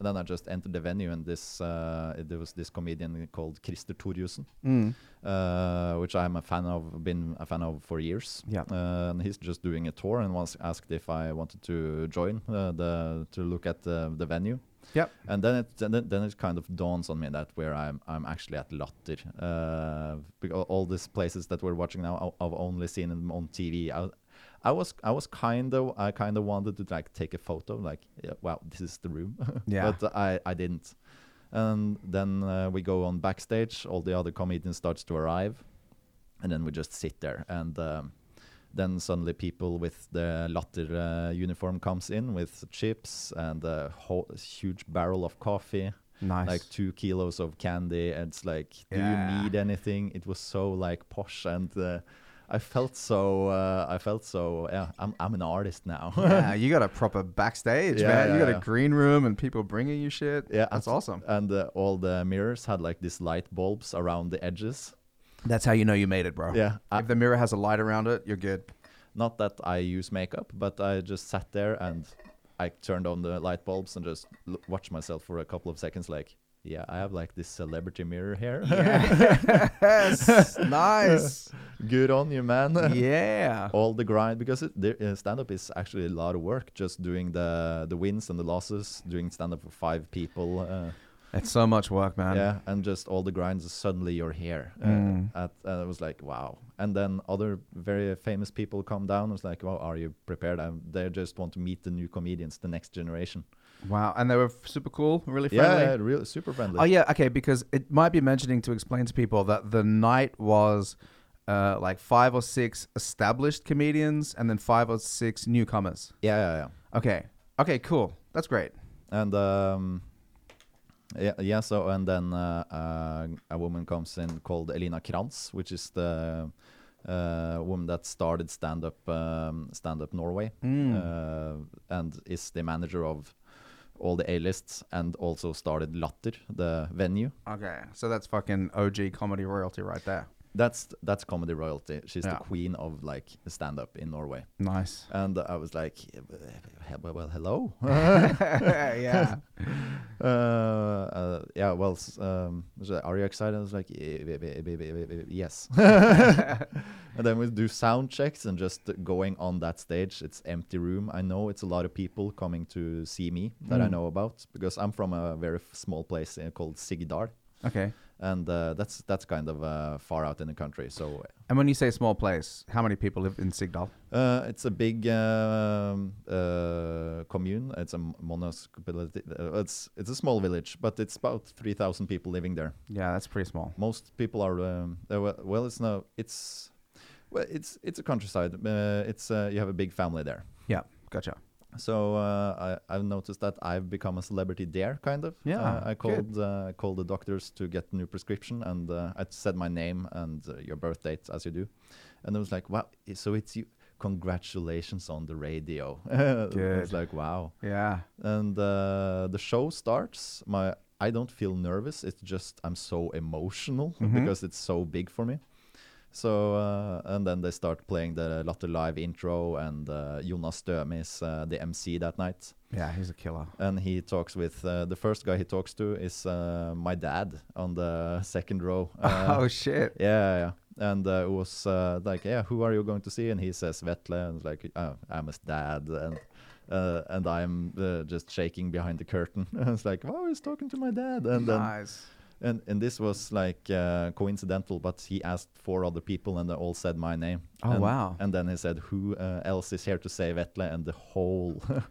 B: And then I just entered the venue, and this uh, there was this comedian called Christer Torjussen,
A: Mm.
B: uh, which I'm a fan of, been a fan of for years.
A: Yeah.
B: Uh, and he's just doing a tour, and was asked if I wanted to join uh, the to look at uh, the, the venue.
A: Yep.
B: And then it then it, then it kind of dawns on me that where I'm I'm actually at Latter. Uh, because all these places that we're watching now, I- I've only seen them on TV. I, I was I was kind of I kind of wanted to like take a photo, like yeah, wow, this is the room.
A: Yeah.
B: but I I didn't. And then uh, we go on backstage. All the other comedians starts to arrive, and then we just sit there. And um, then suddenly people with the latter uh, uniform comes in with chips and a whole, huge barrel of coffee,
A: Nice.
B: like two kilos of candy. And it's like, do
A: Yeah.
B: you need anything? It was so like posh and. Uh, I felt so. Uh, I felt so. Yeah, I'm. I'm an artist now.
A: yeah, you got a proper backstage,
B: Yeah,
A: man.
B: yeah,
A: you got a
B: yeah.
A: green room and people bringing you shit.
B: Yeah,
A: that's
B: and-
A: awesome.
B: And uh, all the mirrors had like these light bulbs around the edges.
A: That's how you know you made it, bro.
B: Yeah, I-
A: if the mirror has a light around it, you're good.
B: Not that I use makeup, but I just sat there and I turned on the light bulbs and just l- watched myself for a couple of seconds. Like, yeah, I have like this celebrity mirror here.
A: Yes, nice.
B: Good on you, man.
A: yeah.
B: all the grind because it, the, uh, stand-up is actually a lot of work. Just doing the the wins and the losses, doing stand-up for five people. Uh,
A: It's so much work, man.
B: yeah, and just all the grinds. Suddenly you're here. Uh,
A: Mm.
B: at, and I was like, wow. And then other very famous people come down. I was like, well, are you prepared? Um they just want to meet the new comedians, the next generation.
A: Wow. And they were super cool, really friendly.
B: Yeah, yeah, real super friendly.
A: Oh yeah, okay. Because it might be mentioning to explain to people that the night was uh, like five or six established comedians, and then five or six newcomers.
B: yeah, yeah, yeah.
A: Okay, okay, cool. That's great.
B: and um yeah, yeah so and then uh, uh, a woman comes in called Elina Krantz which is the uh, woman that started stand up um, stand up Norway uh, and is the manager of all the A-lists and also started Latter the venue
A: Okay, so that's fucking OG comedy royalty right there.
B: that's that's comedy royalty she's
A: Yeah.
B: the queen of like stand up in Norway
A: Nice.
B: and I was like well, well hello
A: yeah.
B: uh, uh, yeah, well, s- um, was like, are you excited? I was like, "Eh, eh, eh, eh, eh, eh, eh, yes. and then we do sound checks and just going on that stage. It's empty room. I know it's a lot of people coming to see me that I know about because I'm from a very f- small place uh, called Sigidar,
A: Okay.
B: and uh, that's that's kind of uh, far out in the country. So
A: And when you say small place, how many people live in Sigdal?
B: uh, it's a big um, uh, commune. It's a municipality. Uh, it's it's a small village, but it's about three thousand people living there.
A: Yeah, that's pretty small.
B: most people are um, uh, well, well it's no it's well it's it's a countryside uh, it's uh, you have a big family there
A: Yeah, gotcha.
B: So uh, I, I've noticed that I've become a celebrity there, kind of.
A: Yeah,
B: Uh, I
A: good.
B: called uh, called the doctors to get new prescription, and uh, I said my name and uh, your birth date as you do, and it was like, wow. i- So it's you. Congratulations on the radio. it
A: Good.
B: was like, wow.
A: Yeah.
B: And uh, the show starts. My I don't feel nervous. It's just I'm so emotional
A: Mhm.
B: because it's so big for me. So uh, and then they start playing the Latter Live intro, and uh, Jonas Støme is uh, the MC that night,
A: Yeah, he's a killer.
B: and he talks with uh, the first guy he talks to is uh, my dad on the second row. Uh,
A: oh shit.
B: yeah, yeah. And uh, it was uh, like, yeah, who are you going to see? And he says Vetle, and it's like, oh, I'm his dad, and uh, and I'm uh, just shaking behind the curtain. And it's like, oh, he's talking to my dad, and then
A: nice.
B: and, and this was like uh, coincidental, but he asked four other people, and they all said my name.
A: Oh,
B: And-
A: wow.
B: And then he said, who uh, else is here to say Vetle? And the whole.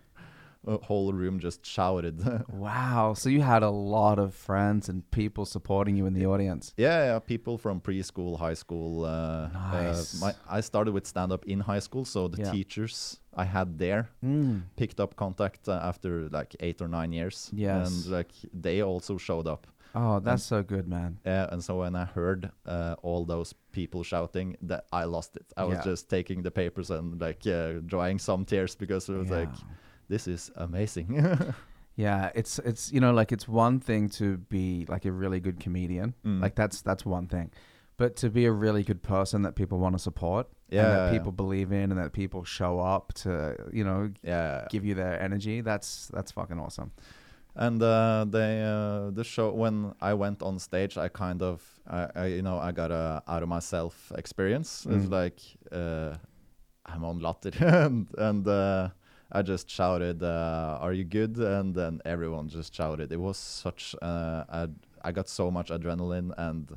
B: uh, whole room just shouted
A: Wow. So you had a lot of friends and people supporting you in the audience.
B: Yeah, yeah, people from preschool, high school. Uh, uh,
A: Nice.
B: my, I started with stand up in high school, so the
A: Yeah.
B: teachers I had there
A: Mm.
B: picked up contact uh, after like eight or nine years.
A: Yes.
B: And like they also showed up.
A: Oh, that's so good, man.
B: Uh, and so when I heard uh, all those people shouting, that I lost it. I was
A: Yeah.
B: just taking the papers and like uh, drying some tears because it was like,
A: Yeah.
B: this is amazing.
A: Yeah, it's it's you know like it's one thing to be like a really good comedian,
B: Mm.
A: like that's that's one thing, but to be a really good person that people want to support, and
B: Yeah,
A: that
B: yeah.
A: people believe in, and that people show up to you know
B: yeah.
A: give you their energy. That's that's fucking awesome.
B: and uh, they uh, the show when I went on stage, I kind of I, I you know I got a out of myself experience. It's
A: Mm.
B: like uh, I'm on latter, and, and uh, I just shouted, uh, "Are you good?" And then everyone just shouted. It was such uh, I, I got so much adrenaline, and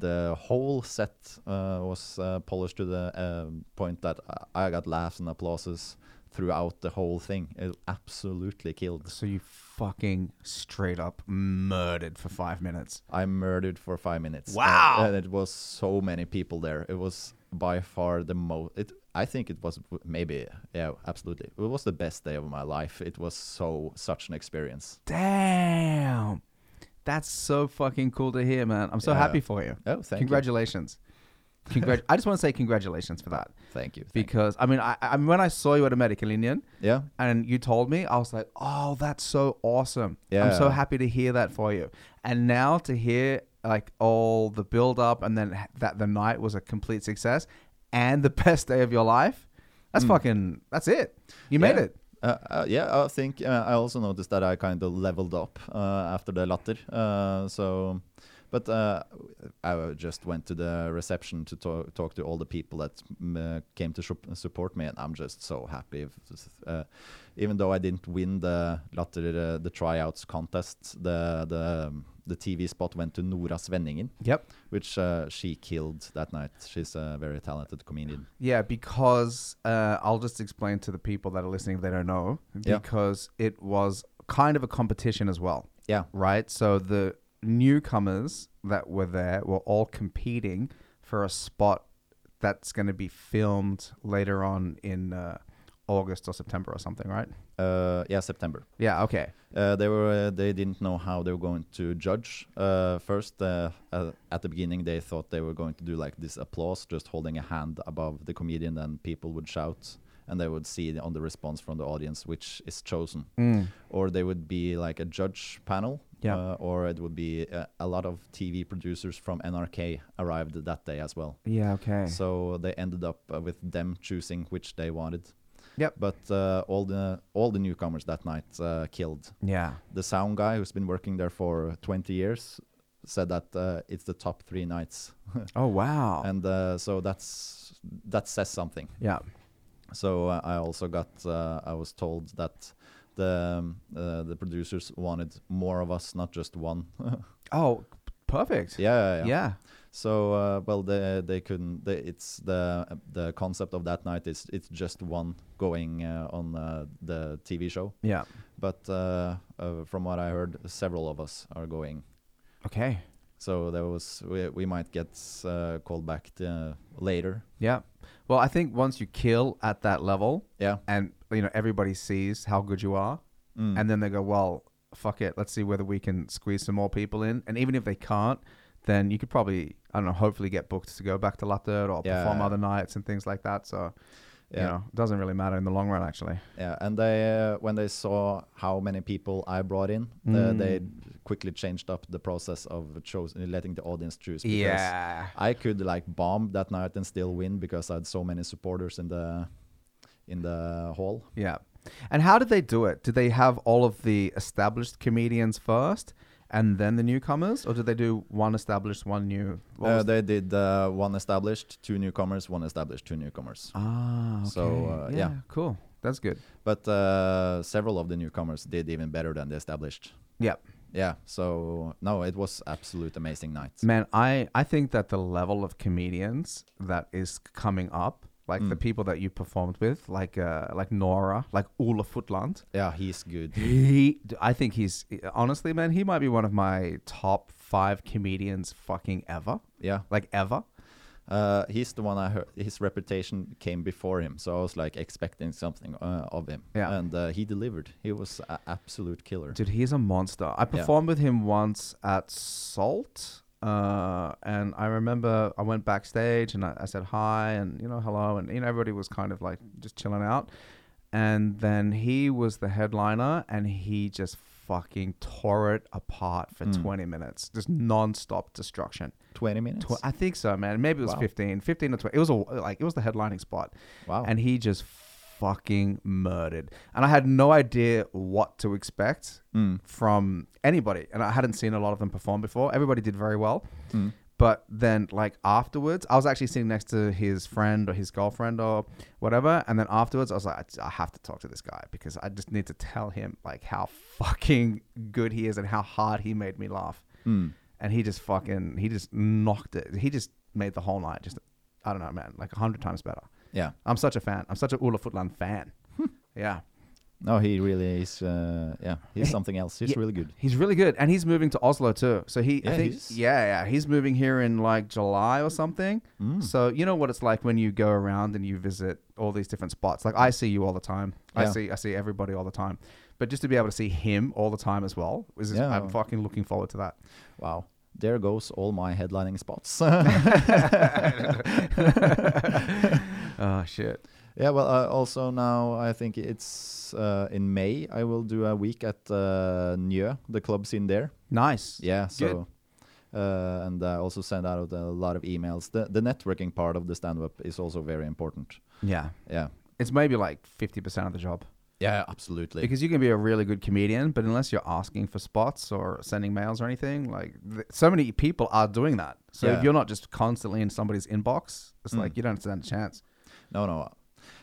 B: the whole set uh, was uh, polished to the um, point that I, I got laughs and applauses throughout the whole thing. It absolutely killed.
A: So you fucking straight up murdered for five minutes.
B: I murdered for five minutes.
A: Wow.
B: Uh, and it was so many people there. It was by far the most. It. I think it was w- maybe yeah, absolutely. It was the best day of my life. It was so such an experience.
A: Damn, that's so fucking cool to hear, man. I'm so
B: Yeah.
A: happy for you.
B: Oh, thank
A: Congratulations. Congrat- I just want to say congratulations for that
B: you. Thank you. Thank
A: because I mean I, I when I saw you at a medical union.
B: you. Yeah.
A: and you told me, I was like, oh, that's so awesome. I'm so
B: Yeah.
A: happy to hear that for you. And now to hear like all the build up and then h- that the night was a complete success and the best day of your life, that's fucking, that's it. You made
B: Mm. Yeah.
A: it.
B: Uh, uh, yeah, I think uh, I also noticed that I kind of leveled up uh, after the latter. Uh, so, but uh, I just went to the reception to talk, talk to all the people that mm, uh, came to sup- support me, and I'm just so happy. if- Uh, even though I didn't win the latter, uh, the tryouts contest, the the um, the TV spot went to Nora Svenningen,
A: Yep.
B: which uh, she killed that night. She's a very talented comedian.
A: Yeah, because uh, I'll just explain to the people that are listening if they don't know,
B: Yeah.
A: because it was kind of a competition as well.
B: Yeah.
A: right? So the newcomers that were there were all competing for a spot that's going to be filmed later on in uh, August or September or something, right?
B: Uh, yeah, September.
A: Yeah, okay.
B: Uh, they were uh, they didn't know how they were going to judge uh, first uh, uh, at the beginning they thought they were going to do like this applause just holding a hand above the comedian and people would shout and they would see on the response from the audience which is chosen or they would be like a judge panel
A: Yeah.
B: uh, or it would be uh, a lot of tv producers from nrk arrived that day as well
A: Yeah, okay.
B: so they ended up uh, with them choosing which they wanted
A: Yep.
B: but uh, all the all the newcomers that night uh, killed
A: yeah.
B: the sound guy who's been working there for 20 years said that uh, it's the top three nights
A: Oh, wow.
B: and uh, so that's that says something
A: yeah.
B: so uh, i also got uh, i was told that the um, uh, the producers wanted more of us not just one
A: Oh, perfect.
B: yeah yeah, yeah.
A: Yeah.
B: so uh, well they they couldn't they, it's the the concept of that night is it's just one going uh, on uh, the tv show
A: Yeah.
B: but uh, uh, from what i heard several of us are going
A: Okay.
B: So there was we, we might get uh, called back uh, later.
A: Yeah. Well, I think once you kill at that level,
B: Yeah.
A: and you know everybody sees how good you are,
B: Mm.
A: and then they go, "Well, fuck it, let's see whether we can squeeze some more people in." And even if they can't, then you could probably, I don't know, hopefully get booked to go back to Latter or
B: Yeah.
A: perform other nights and things like that. So, you
B: Yeah.
A: know, it doesn't really matter in the long run, actually.
B: Yeah, and they uh, when they saw how many people I brought in,
A: Mm.
B: uh, they quickly changed up the process of choosing letting the audience choose. because
A: Yeah.
B: I could like bomb that night and still win because I had so many supporters in the in the hall.
A: Yeah. And how did they do it? Did they have all of the established comedians first and then the newcomers, or did they do one established, one new? What
B: Uh,
A: was-
B: they did uh, one established, two newcomers, one established, two newcomers.
A: ah, okay.
B: So, uh, yeah.
A: cool. That's good.
B: But uh, several of the newcomers did even better than the established.
A: Yeah.
B: Yeah, so no, it was absolute amazing night.
A: Man, I, I think that the level of comedians that is coming up, like the people that you performed with, like uh, like Nora, like Ola Footland,
B: Yeah, he's good.
A: he, I think he's, honestly, man, he might be one of my top five comedians fucking ever.
B: Yeah,
A: Like, ever.
B: Uh, he's the one I heard. His reputation came before him, so I was like expecting something uh, of him.
A: Yeah.
B: And uh, he delivered. He was an absolute killer.
A: Dude, he's a monster. I performed with him once at Salt. Uh, and I remember I went backstage and I, I said hi and, you know, hello. And, you know, everybody was kind of like just chilling out. And then he was the headliner and he just fucking tore it apart for 20 minutes. Just nonstop destruction.
B: Twenty minutes.
A: Tw- I think so, man. Maybe it was
B: Wow.
A: 15, 15 or 20. It was a, like it was the headlining spot.
B: Wow.
A: And he just fucking murdered. And I had no idea what to expect from anybody. And I hadn't seen a lot of them perform before. Everybody did very well. But then like afterwards, I was actually sitting next to his friend or his girlfriend or whatever, and then afterwards I was like I I have to talk to this guy because I just need to tell him like how fucking good he is and how hard he made me laugh
B: Hmm.
A: and he just fucking he just knocked it. He just made the whole night just I don't know, man, like a hundred times better.
B: yeah.
A: I'm such a fan. I'm such a Ula Footland fan.
B: Hmm.
A: yeah.
B: No, he really is. Uh, yeah, he's something else. He's
A: Yeah.
B: really good.
A: He's really good, and he's moving to Oslo too. So he, I
B: Yeah,
A: think,
B: he's-
A: yeah, yeah, he's moving here in like July or something.
B: Hmm.
A: So you know what it's like when you go around and you visit all these different spots. Like I see you all the time. I
B: Yeah.
A: see, I see everybody all the time. But just to be able to see him all the time as well, is just-
B: Yeah.
A: I'm fucking looking forward to that.
B: Wow. There goes all my headlining spots. Ah,
A: Oh shit!
B: yeah. Well, uh, also now I think it's uh, in May. I will do a week at uh, Njø, the club scene there.
A: Nice.
B: Yeah,
A: Good.
B: so uh, and I also send out a lot of emails. The the networking part of the stand up is also very important.
A: Yeah.
B: Yeah.
A: It's maybe like fifty percent of the job.
B: Yeah, absolutely.
A: Because you can be a really good comedian, but unless you're asking for spots or sending mails or anything, like th- so many people are doing that. So if
B: Yeah. Hmm.
A: you're not just constantly in somebody's inbox, it's like you don't stand a chance.
B: no, no.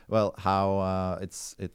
B: Well, how uh, it's it,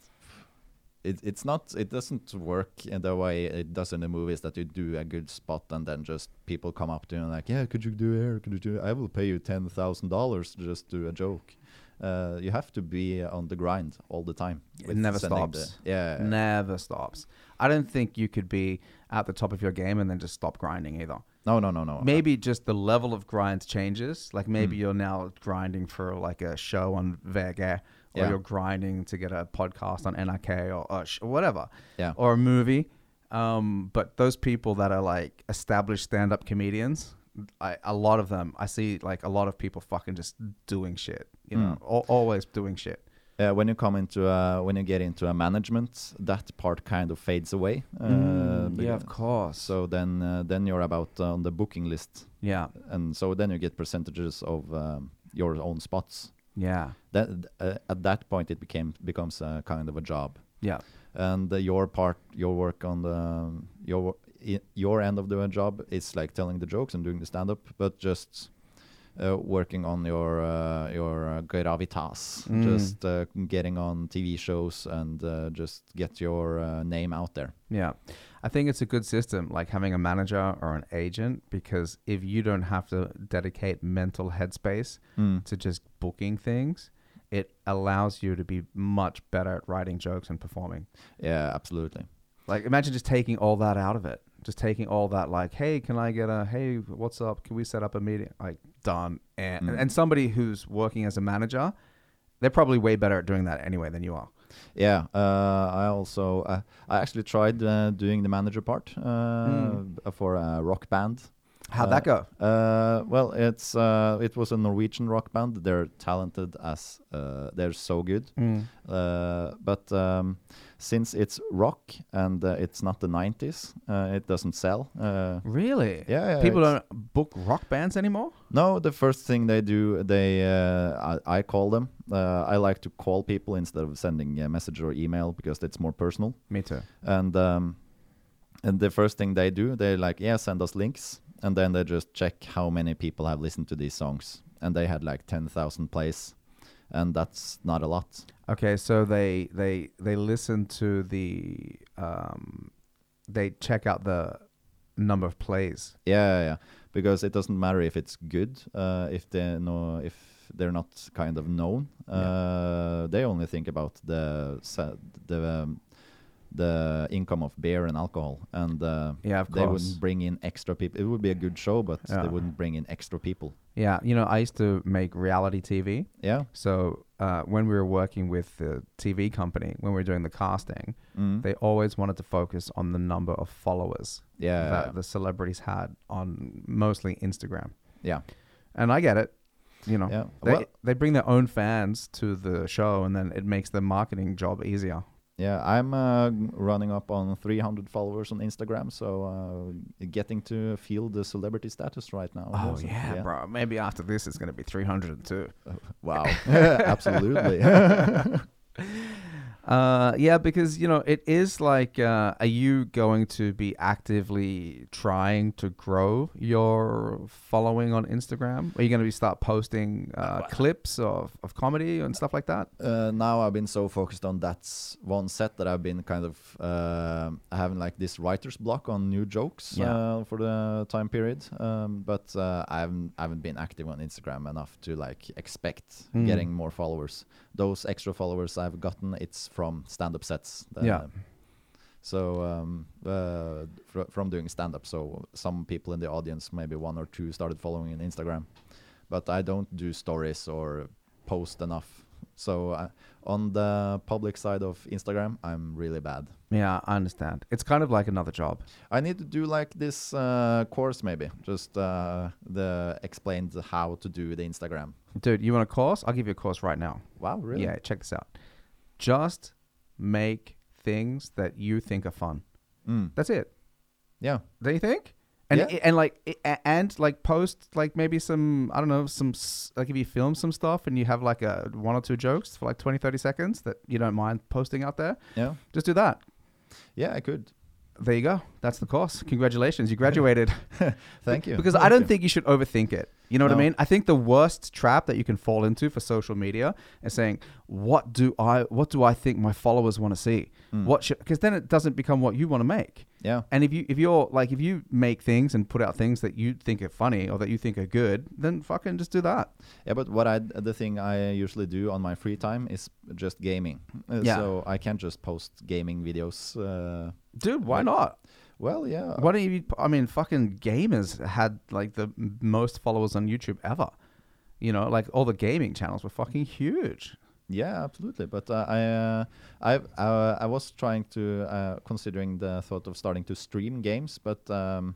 B: it it's not it doesn't work in the way it does in the movies that you do a good spot and then just people come up to you and like, yeah, could you do here? Could you do? I will pay you ten thousand dollars to just do a joke. Uh, you have to be on the grind all the time.
A: It
B: with
A: never
B: sending the-
A: stops.
B: yeah,
A: Never stops. I don't think you could be at the top of your game and then just stop grinding either.
B: no, no, no, no.
A: Maybe just the level of grind changes. Like
B: Hmm.
A: maybe you're now grinding for like a show on Vega, or
B: Yeah.
A: you're grinding to get a podcast on NRK or, or sh- whatever,
B: Yeah.
A: or a movie. Um, but those people that are like established stand-up comedians, I, a lot of them, I see like a lot of people fucking just doing shit. You
B: Hmm.
A: know, al- always doing shit.
B: uh, when you come into a, when you get into a management, that part kind of fades away. Uh,
A: Mm, yeah,
B: because-
A: of course.
B: So then, uh, then you're about uh, on the booking list,
A: yeah,
B: and so then you get percentages of um, your own spots.
A: yeah,
B: That uh, at that point it became becomes a kind of a job,
A: yeah,
B: and uh, your part, your work on the um, your wo- i- your end of the job is like telling the jokes and doing the stand up, but just. Uh, working on your uh, your uh, gravitas,
A: Mm.
B: just uh, getting on TV shows and uh, just get your uh, name out there.
A: yeah. I think it's a good system, like having a manager or an agent, because if you don't have to dedicate mental headspace to just booking things, it allows you to be much better at writing jokes and performing.
B: Yeah, absolutely.
A: Like imagine just taking all that out of it. Just taking all that, like, hey, can I get a hey, what's up? Can we set up a meeting? Like, done. And
B: Mm.
A: and somebody who's working as a manager, they're probably way better at doing that anyway than you are.
B: Yeah, uh, I also uh, I actually tried uh, doing the manager part uh,
A: Mm.
B: b- for a rock band.
A: How'd
B: Uh,
A: that go?
B: Uh, well, it's uh, it was a Norwegian rock band. They're talented as uh, they're so good. Uh, but um, since it's rock and uh, it's not the 90s, uh, it doesn't sell. Uh,
A: Really?
B: yeah, yeah,
A: People
B: it's-
A: don't book rock bands anymore.
B: No, the first thing they do, they uh, I, I call them. Uh, I like to call people instead of sending a message or email because it's more personal.
A: Me too.
B: and um, and the first thing they do, they like, yeah, send us links, and then they just check how many people have listened to these songs, and they had like ten thousand plays, and that's not a lot.
A: Okay, so they they they listen to the um, they check out the number of plays.
B: Yeah, yeah, yeah. because it doesn't matter if it's good, uh, if they know if they're not kind of known. Uh, They only think about the sa- the um, the income of beer and alcohol, and uh,
A: Yeah, of
B: they
A: course.
B: wouldn't bring in extra people. It would be a good show, but
A: Yeah.
B: they wouldn't bring in extra people.
A: Yeah, you know, I used to make reality TV.
B: Yeah.
A: So uh, when we were working with the TV company, when we were doing the casting,
B: Mm.
A: they always wanted to focus on the number of followers
B: Yeah,
A: that
B: yeah.
A: the celebrities had on mostly Instagram.
B: yeah,
A: And I get it. You know,
B: Yeah.
A: they,
B: Well-
A: they bring their own fans to the show and then it makes the marketing job easier.
B: yeah. I'm uh, g- running up on 300 followers on Instagram, so uh, getting to feel the celebrity status right now.
A: Oh,
B: also.
A: yeah, bro. Maybe after this, it's going to be 302.
B: Wow, absolutely.
A: Uh, yeah, because, you know, it is like, uh, are you going to be actively trying to grow your following on Instagram? Are you going to be start posting uh, clips of, of comedy and stuff like that?
B: uh, now I've been so focused on that s- one set that I've been kind of uh, having like this writer's block on new jokes
A: Yeah.
B: uh, for the time period. Um, but uh, I haven't I haven't been active on Instagram enough to like expect
A: Mm.
B: getting more followers. Those extra followers I've gotten, it's from stand-up sets. that,
A: Yeah.
B: uh, So um, uh, fr- from doing stand-up, so some people in the audience, maybe one or two, started following on Instagram, but I don't do stories or post enough. So uh, on the public side of Instagram, I'm really bad.
A: Yeah, I understand. It's kind of like another job.
B: I need to do like this uh, course maybe, just uh, the explained how to do the Instagram.
A: Dude, you want a course? I'll give you a course right now.
B: Wow, really?
A: Yeah, check this out. Just make things that you think are fun.
B: Mm.
A: That's it.
B: Yeah.
A: Don't you think? And
B: Yeah.
A: and like a- and like post like maybe some I don't know some s- like if you film some stuff and you have like a one or two jokes for like 20 30 seconds that you don't mind posting out there,
B: Yeah.
A: just do that.
B: Yeah, I could.
A: There you go. That's the course. Congratulations, you graduated.
B: Thank you.
A: because
B: Thank
A: I don't
B: you.
A: think you should overthink it. You know what
B: No.
A: I mean? I think the worst trap that you can fall into for social media is saying, "What do I? What do I think my followers want to see?
B: Mm.
A: What should?" Because then it doesn't become what you want to make.
B: Yeah.
A: And if you if you're like if you make things and put out things that you think are funny or that you think are good, then fucking just do that.
B: Yeah, but what I the thing I usually do on my free time is just gaming. Uh,
A: Yeah.
B: So I can't just post gaming videos. Uh,
A: Dude, why
B: Right.
A: not?
B: well, yeah.
A: uh, Why don't you? I mean, fucking gamers had like the m- most followers on YouTube ever. You know, like all the gaming channels were fucking huge.
B: Yeah, absolutely. But uh, I, uh, I've, uh, I was trying to uh, considering the thought of starting to stream games, but um,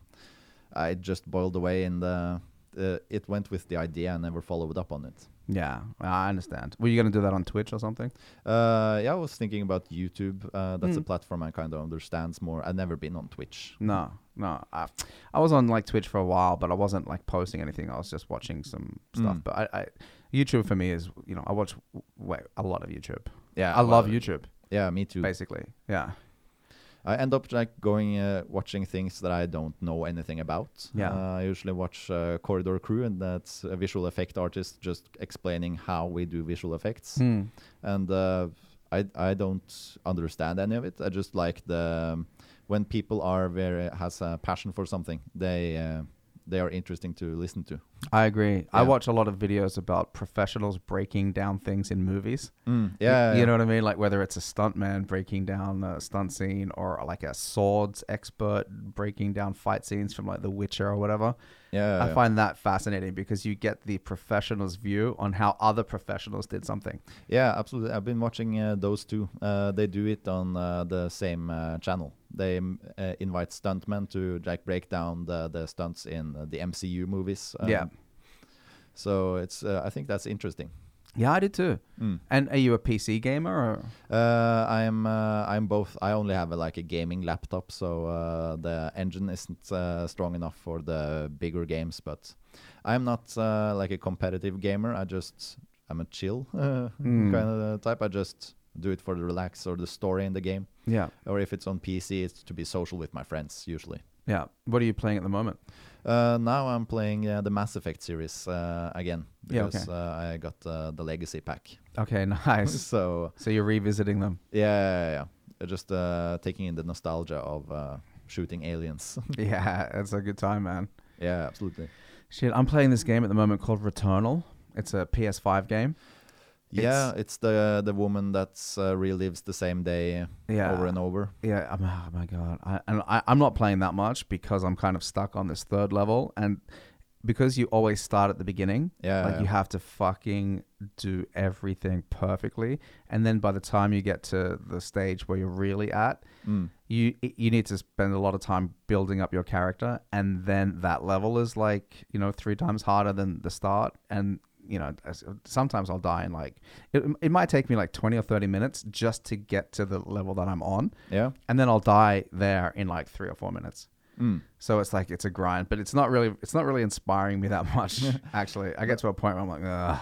B: I just boiled away in the. Uh, it went with the idea and never followed up on it.
A: Yeah, I understand. Were you gonna do that on Twitch or something?
B: Uh, yeah, I was thinking about YouTube. Uh, that's a
A: Mm.
B: platform I kind of understands more. I've never been on Twitch.
A: No, no. I, I was on like Twitch for a while, but I wasn't like posting anything. I was just watching some stuff.
B: Mm.
A: But I, I, YouTube for me is you know I watch w- wait, a lot of YouTube.
B: Yeah,
A: I love
B: well,
A: YouTube
B: Yeah, me too.
A: basically. Yeah,
B: I end up like going uh, watching things that I don't know anything about.
A: Yeah.
B: Uh, I usually watch uh, Corridor Crew, and that's a visual effect artist just explaining how we do visual
A: Hmm.
B: effects. And uh, I I don't understand any of it. I just like the um, when people are very has a passion for something, they uh, they are interesting to listen to.
A: I agree. I
B: Yeah.
A: watch a lot of videos about professionals breaking down things in movies.
B: Mm,
A: Y-
B: yeah,
A: Hmm. You
B: yeah.
A: know what I mean? Like whether it's a stuntman breaking down a stunt scene or like a swords expert breaking down fight scenes from like The Witcher or whatever.
B: yeah,
A: I
B: yeah.
A: find that fascinating because you get the professional's view on how other professionals did something.
B: Yeah, absolutely. I've been watching uh, those two. Uh, they do it on uh, the same uh, channel. They um, uh, invite stuntmen to like break down the, the stunts in uh, the MCU movies. um,
A: Yeah.
B: So it's uh, I think that's interesting.
A: Yeah, I did too.
B: Mm.
A: And are you a PC gamer or
B: Uh, I'm uh, I'm both. I only have a, like a gaming laptop, so uh, the engine isn't uh, strong enough for the bigger games. But I'm not uh, like a competitive gamer. I just I'm a chill uh,
A: Mm.
B: kind of type. I just do it for the relax or the story in the game.
A: yeah,
B: Or if it's on PC, it's to be social with my friends usually.
A: yeah. What are you playing at the moment?
B: Uh, now I'm playing uh, the Mass Effect series uh, again
A: Yeah,
B: because uh, I got uh, the Legacy pack.
A: Okay, nice.
B: so
A: so you're revisiting them.
B: Yeah, yeah, yeah. Uh, Just uh, taking in the nostalgia of uh, shooting aliens.
A: Yeah, that's a good time, man.
B: yeah, absolutely.
A: Shit, I'm playing this game at the moment called Returnal. It's a PS5 game.
B: yeah, it's the the woman that's uh, relives the same day
A: Yeah.
B: over and over.
A: Yeah, I'm, oh my god, I, and I, I'm not playing that much because I'm kind of stuck on this third level, and because you always start at the beginning,
B: Yeah,
A: like
B: yeah.
A: you have to fucking do everything perfectly, and then by the time you get to the stage where you're really at,
B: Mm.
A: you you need to spend a lot of time building up your character, and then that level is like you know three times harder than the start, and you know as- sometimes I'll die in like it, it might take me like 20 or 30 minutes just to get to the level that I'm on
B: Yeah.
A: and then I'll die there in like three or four minutes.
B: Mm.
A: So it's like it's a grind, but it's not really it's not really inspiring me that much. actually, I get to a point where I'm like, Ugh.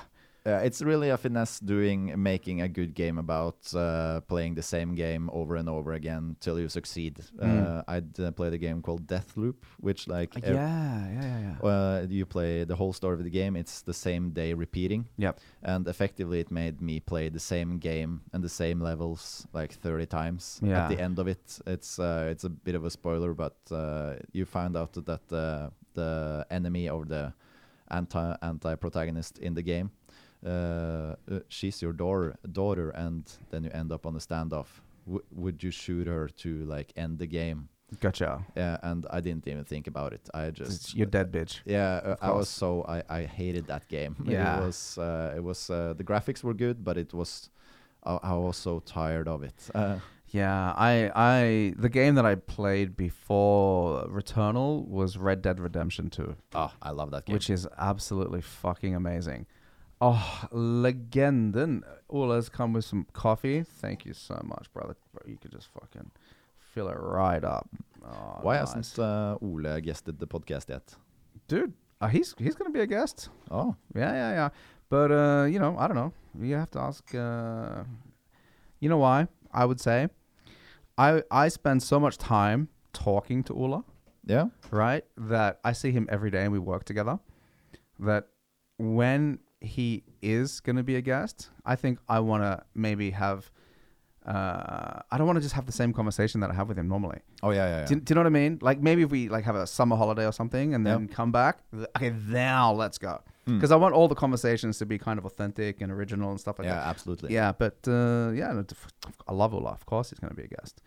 B: Yeah, it's really a finesse doing making a good game about uh, playing the same game over and over again till you succeed.
A: Mm.
B: Uh, I'd uh, played a game called Deathloop, which like ev-
A: Uh, yeah, yeah, yeah, yeah.
B: uh, you play the whole story of the game. It's the same day repeating.
A: Yep.
B: and effectively it made me play the same game and the same levels like 30 times
A: Yeah.
B: at the end of it it's uh, it's a bit of a spoiler but uh, you find out that uh, the enemy or the anti anti protagonist in the game uh, uh, she's your daughter daughter and then you end up on a standoff w- would you shoot her to like end the game
A: Gotcha.
B: yeah and i didn't even think about it i just
A: It's- You're dead, bitch.
B: yeah, uh, I
A: course.
B: was so I, I hated that game.
A: Yeah.
B: it was uh, it was uh, the graphics were good, but it was I, I was so tired of it. Uh,
A: Yeah, I, I, the game that I played before Returnal was Red Dead Redemption Two,
B: oh, I love that game.
A: which is absolutely fucking amazing. Oh, legenden. All has come with some coffee. Thank you so much, brother. Bro, you could just fucking fill it right up. Oh,
B: Why
A: nice.
B: hasn't uh, Ole guested the podcast yet?
A: dude, uh, he's he's gonna be a guest.
B: Oh,
A: Yeah, yeah, yeah. But uh, you know, I don't know. You have to ask. Uh, you know why? I would say, I I spend so much time talking to Ula,
B: yeah,
A: right? That I see him every day and we work together. That when he is gonna be a guest, I think I wanna maybe have. Uh, I don't want to just have the same conversation that I have with him normally.
B: oh yeah, yeah. yeah.
A: Do, you- do you know what I mean? Like maybe if we like have a summer holiday or something and then come back, th- okay, now let's go.
B: Hmm.
A: Because I want all the conversations to be kind of authentic and original and stuff like
B: yeah,
A: that.
B: absolutely.
A: Yeah, but uh, yeah, no, def- I love Olaf. Of course, he's going to be a guest.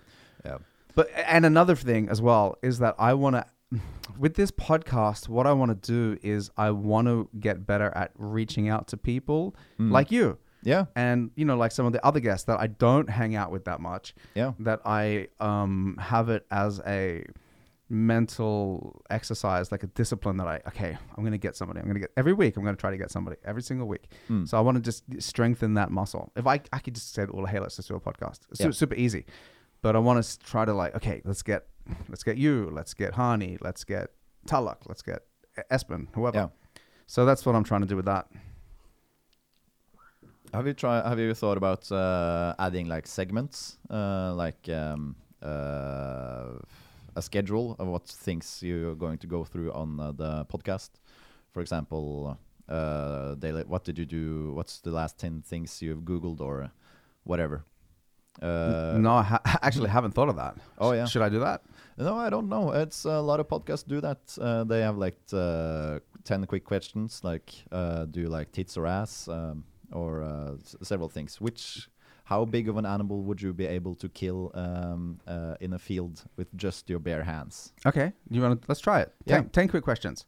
B: yeah.
A: But and another thing as well is that I want to, with this podcast, what I want to do is I want to get better at reaching out to people
B: Hmm.
A: like you.
B: Yeah.
A: And you know, like some of the other guests that I don't hang out with that much
B: Yeah.
A: that I um, have it as a mental exercise, like a discipline that I, okay, I'm going to get somebody. I'm going to get every week, I'm going to try to get somebody every single week.
B: Hmm.
A: So I want to just strengthen that muscle. If I, I could just say, well, hey, let's just do a podcast. It's su-
B: Yeah.
A: super easy. But I want to try to like, okay, let's get, let's get you, let's get Hani, let's get Talak, let's get E-, Espen, whoever.
B: Yeah.
A: So that's what I'm trying to do with that.
B: Have you tried? Have you thought about uh, adding like segments, uh, like um, uh, a schedule of what things you're going to go through on uh, the podcast? For example, uh, daily. What did you do? What's the last ten things you've googled or whatever? Uh,
A: no, I ha- actually haven't thought of that.
B: Oh,
A: Sh-
B: yeah.
A: Should I do that?
B: No, I don't know. It's uh, a lot of podcasts do that. Uh, they have like uh, ten quick questions, like uh, do you like tits or ass, um, or uh, s- several things. Which, how big of an animal would you be able to kill um, uh, in a field with just your bare hands?
A: Okay. You want to? Let's try it.
B: Yeah.
A: Ten, ten quick questions.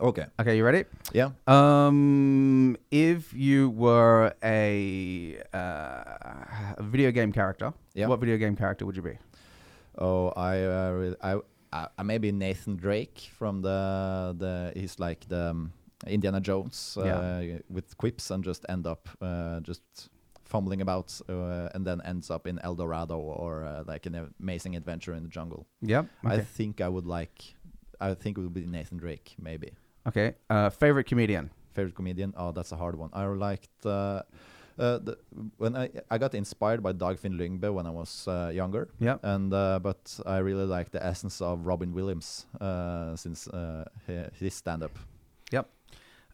B: Okay.
A: Okay, you ready?
B: Yeah.
A: Um, if you were a, uh, a video game character,
B: Yeah.
A: what video game character would you be?
B: Oh, I, uh, re- I, I, I maybe Nathan Drake from the the he's like the um, Indiana Jones uh,
A: Yeah.
B: with quips and just end up uh, just fumbling about uh, and then ends up in El Dorado or uh, like an amazing adventure in the jungle.
A: Yep.
B: I
A: Okay.
B: think I would like. I think it would be Nathan Drake maybe.
A: okay. Uh, favorite comedian.
B: Favorite comedian? Oh, that's a hard one. I liked. Uh, uh, the, when I I got inspired by Dagfinn Lyngbe when I was uh, younger,
A: Yep.
B: and uh, but I really like the essence of Robin Williams uh, since uh, hi- his stand-up.
A: Yep.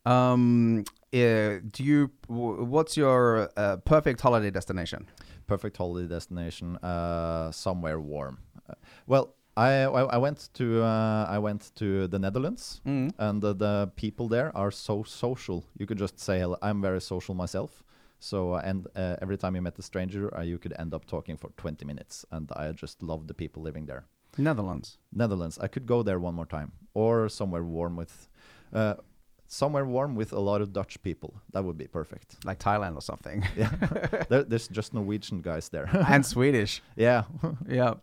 A: Um, eh, do you? W- what's your uh, perfect holiday destination?
B: Perfect holiday destination, uh, somewhere warm. Uh, well, I, I I went to uh, I went to the Netherlands,
A: Mm.
B: and the, the people there are so social. You could just say hello. I'm very social myself. So uh, and uh, every time you met a stranger, uh, you could end up talking for 20 minutes, and I just love the people living there.
A: Netherlands.
B: Netherlands. I could go there one more time, or somewhere warm with, uh, somewhere warm with a lot of Dutch people. That would be perfect.
A: like Thailand or something,
B: Yeah, there, there's just Norwegian guys there.
A: and Swedish.
B: yeah.
A: Yeah.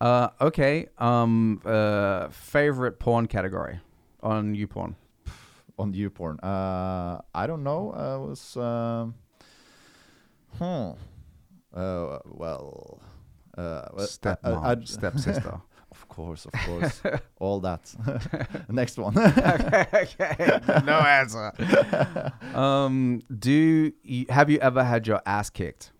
A: Uh, okay. Um, uh, favorite porn category on YouPorn.
B: on YouPorn. Uh, I don't know. I was. Um, hmm. Uh, well. Uh, well, I- I-
A: Stepmom,
B: I'd-
A: stepsister.
B: Of course, of course, all that. Next one.
A: okay. No answer. Um, do you, have you ever had your ass kicked?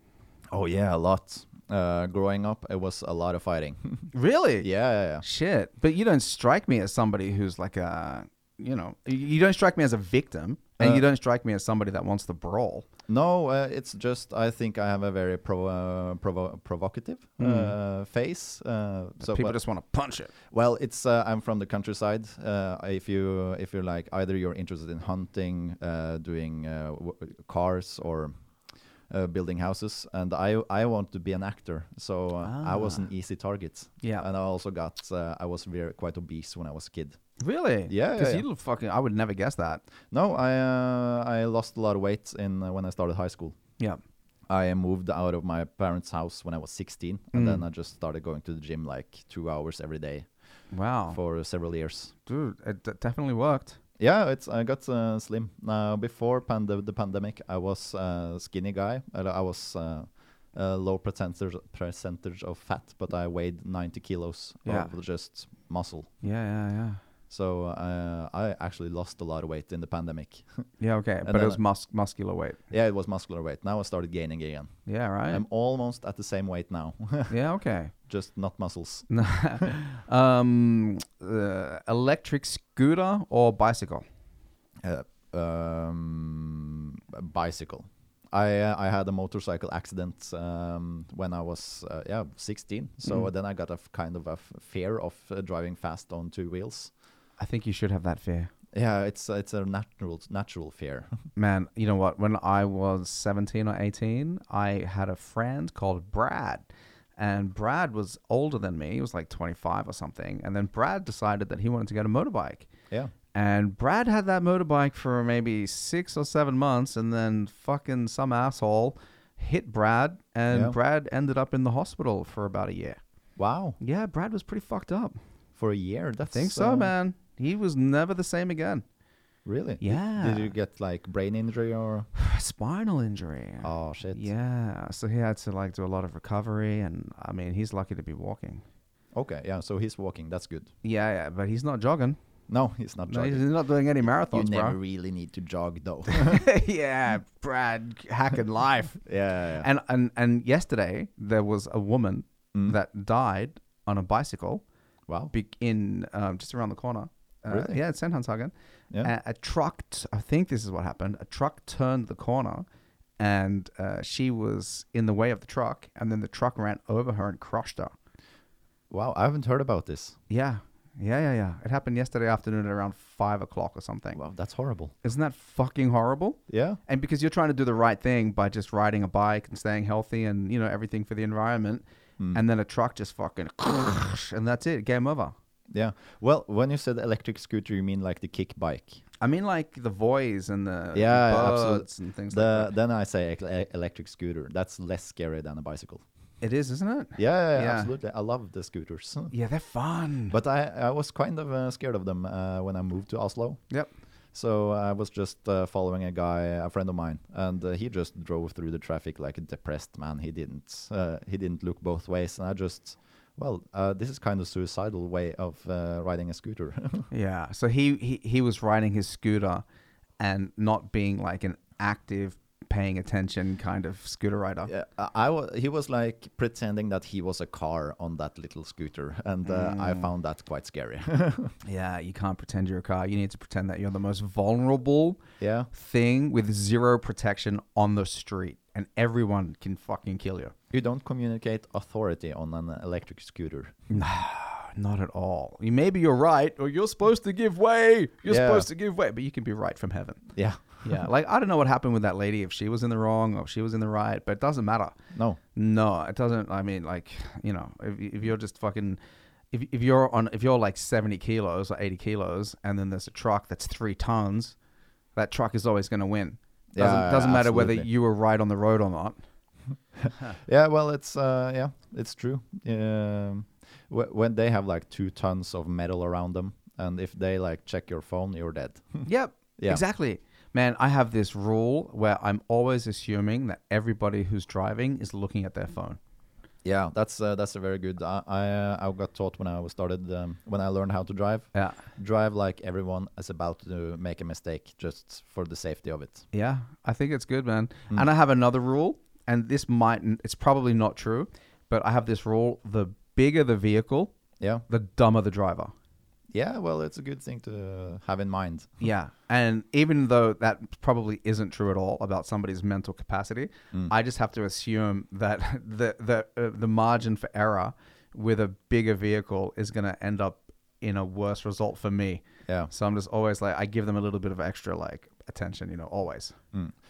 B: oh yeah, a lot. Uh, growing up, it was a lot of fighting.
A: Really?
B: yeah, yeah, yeah.
A: Shit. But you don't strike me as somebody who's like a, you know, you- you don't strike me as a victim, and you
B: Uh,
A: don't strike me as somebody that wants to brawl.
B: No, uh, it's just I think I have a very provo- uh, provo- provocative uh, face. Uh, so
A: Hmm. People
B: but-
A: just want to punch it.
B: Well, it's uh, I'm from the countryside. Uh, if you if you're like either you're interested in hunting, uh, doing uh, w- cars or uh, building houses, and I I want to be an actor, so uh, I was an easy target.
A: Ah. Yeah.
B: and I also got uh, I was very quite obese when I was a kid.
A: Really?
B: Yeah, yeah,
A: Because
B: yeah.
A: you look fucking. I would never guess that.
B: No, I uh, I lost a lot of weight in uh, when I started high school.
A: Yeah.
B: I moved out of my parents' house when I was 16, and
A: Mm.
B: then I just started going to the gym like two hours every day
A: Wow.
B: for several years.
A: Dude, it d- definitely worked.
B: Yeah, it's I got uh, slim. Now before pand- the pandemic, I was uh, skinny guy. I, I was uh, a low percentage percentage of fat, but I weighed 90 kilos
A: Yeah.
B: of just muscle.
A: Yeah, yeah, yeah.
B: So uh, I actually lost a lot of weight in the pandemic.
A: Yeah, okay. but
B: then
A: it was
B: I-
A: mus- muscular weight.
B: yeah, it was muscular weight. Now I started gaining again.
A: Yeah, right.
B: I'm almost at the same weight now,
A: yeah, okay.
B: just not muscles.
A: um, uh, electric scooter or bicycle?
B: Uh, um, a bicycle. I uh, I had a motorcycle accident um, when I was uh, yeah 16. So
A: Mm.
B: then I got a f- kind of a f- fear of uh, driving fast on two wheels.
A: I think you should have that fear.
B: Yeah, it's uh, it's a natural natural fear.
A: Man, you know what? When I was 17 or 18, I had a friend called Brad. And Brad was older than me. He was like 25 or something. And then Brad decided that he wanted to get a motorbike.
B: yeah.
A: And Brad had that motorbike for maybe six or seven months, and then fucking some asshole hit Brad, and
B: Yeah.
A: Brad ended up in the hospital for about a year.
B: Wow.
A: Yeah, Brad was pretty fucked up.
B: For a year. That's
A: Think so,
B: uh,
A: man. He was never the same again.
B: Really? Did-
A: Yeah.
B: Did you get like brain injury or?
A: Spinal injury.
B: Oh shit.
A: Yeah, so he had to like do a lot of recovery, and I mean, he's lucky to be walking.
B: Okay. Yeah. So he's walking. That's good.
A: Yeah, yeah, but he's not jogging.
B: No, he's not
A: No,
B: jogging.
A: he's not doing any
B: you
A: marathons,
B: never
A: bro.
B: really need to jog though.
A: yeah, Brad hacking life.
B: yeah. yeah, yeah.
A: And and and yesterday there was a woman that died on a bicycle
B: wow.
A: be- in um, just around the corner. Uh,
B: Really?
A: Yeah, it's St. Hanshagen.
B: Yeah.
A: A, a truck, t- I think this is what happened. A truck turned the corner and uh, she was in the way of the truck, and then the truck ran over her and crushed her.
B: Wow, I haven't heard about this.
A: Yeah, yeah, yeah, yeah. It happened yesterday afternoon at around five o'clock or something.
B: Wow, that's horrible.
A: Isn't that fucking horrible?
B: Yeah.
A: And because you're trying to do the right thing by just riding a bike and staying healthy and you know everything for the environment,
B: Mm.
A: and then a truck just fucking and that's it, game over.
B: Yeah. Well, when you said electric scooter, you mean like the kick bike.
A: I mean, like the voice and the
B: Yeah, yeah,
A: birds
B: absolute-
A: and things
B: The,
A: like that.
B: then I say ec- e- electric scooter. That's less scary than a bicycle.
A: It is, isn't it?
B: Yeah, yeah, yeah,
A: Yeah.
B: absolutely. I love the scooters.
A: Yeah, they're fun.
B: But I, I was kind of uh, scared of them uh, when I moved to Oslo.
A: yep.
B: So I was just uh, following a guy, a friend of mine, and uh, he just drove through the traffic like a depressed man. He didn't, uh, he didn't look both ways, and I just, well, uh, this is kind of suicidal way of uh, riding a scooter.
A: Yeah. So he, he he was riding his scooter and not being like an active paying attention kind of scooter rider.
B: Yeah, I, I wa- he was like pretending that he was a car on that little scooter, and uh, I found that quite scary.
A: Yeah, you can't pretend you're a car. You need to pretend that you're the most vulnerable
B: yeah,
A: thing with zero protection on the street and everyone can fucking kill you.
B: you don't communicate authority on an electric scooter.
A: Not at all. You, maybe you're right or you're supposed to give way. You're
B: Yeah.
A: supposed to give way, but you can be right from heaven.
B: Yeah,
A: Yeah. like I don't know what happened with that lady if she was in the wrong or if she was in the right, but it doesn't matter.
B: no,
A: No, it doesn't. I mean, like you know, if, if you're just fucking, if, if you're on, if you're like seventy kilos or eighty kilos, and then there's a truck that's three tons, that truck is always going to win.
B: Yeah,
A: Doesn't, doesn't matter whether
B: absolutely.
A: you were right on the road or not.
B: yeah. Well, it's uh, yeah, it's true. Um, wh- when they have like two tons of metal around them, and if they like check your phone, you're dead.
A: Yep.
B: Yeah.
A: Exactly. Man, I have this rule where I'm always assuming that everybody who's driving is looking at their phone.
B: yeah, that's uh, that's a very good. I I, uh, I got taught when I was started um, when I learned how to drive.
A: Yeah.
B: drive like everyone is about to make a mistake just for the safety of it.
A: Yeah, I think it's good, man. And I have another rule, and this might, it's probably not true, but I have this rule the bigger the vehicle,
B: Yeah.
A: the dumber the driver.
B: Yeah, well, it's a good thing to have in mind.
A: Yeah. And even though that probably isn't true at all about somebody's mental capacity, I just have to assume that the the uh, the margin for error with a bigger vehicle is going to end up in a worse result for me.
B: Yeah.
A: So I'm just always like I give them a little bit of extra like attention, you know, always.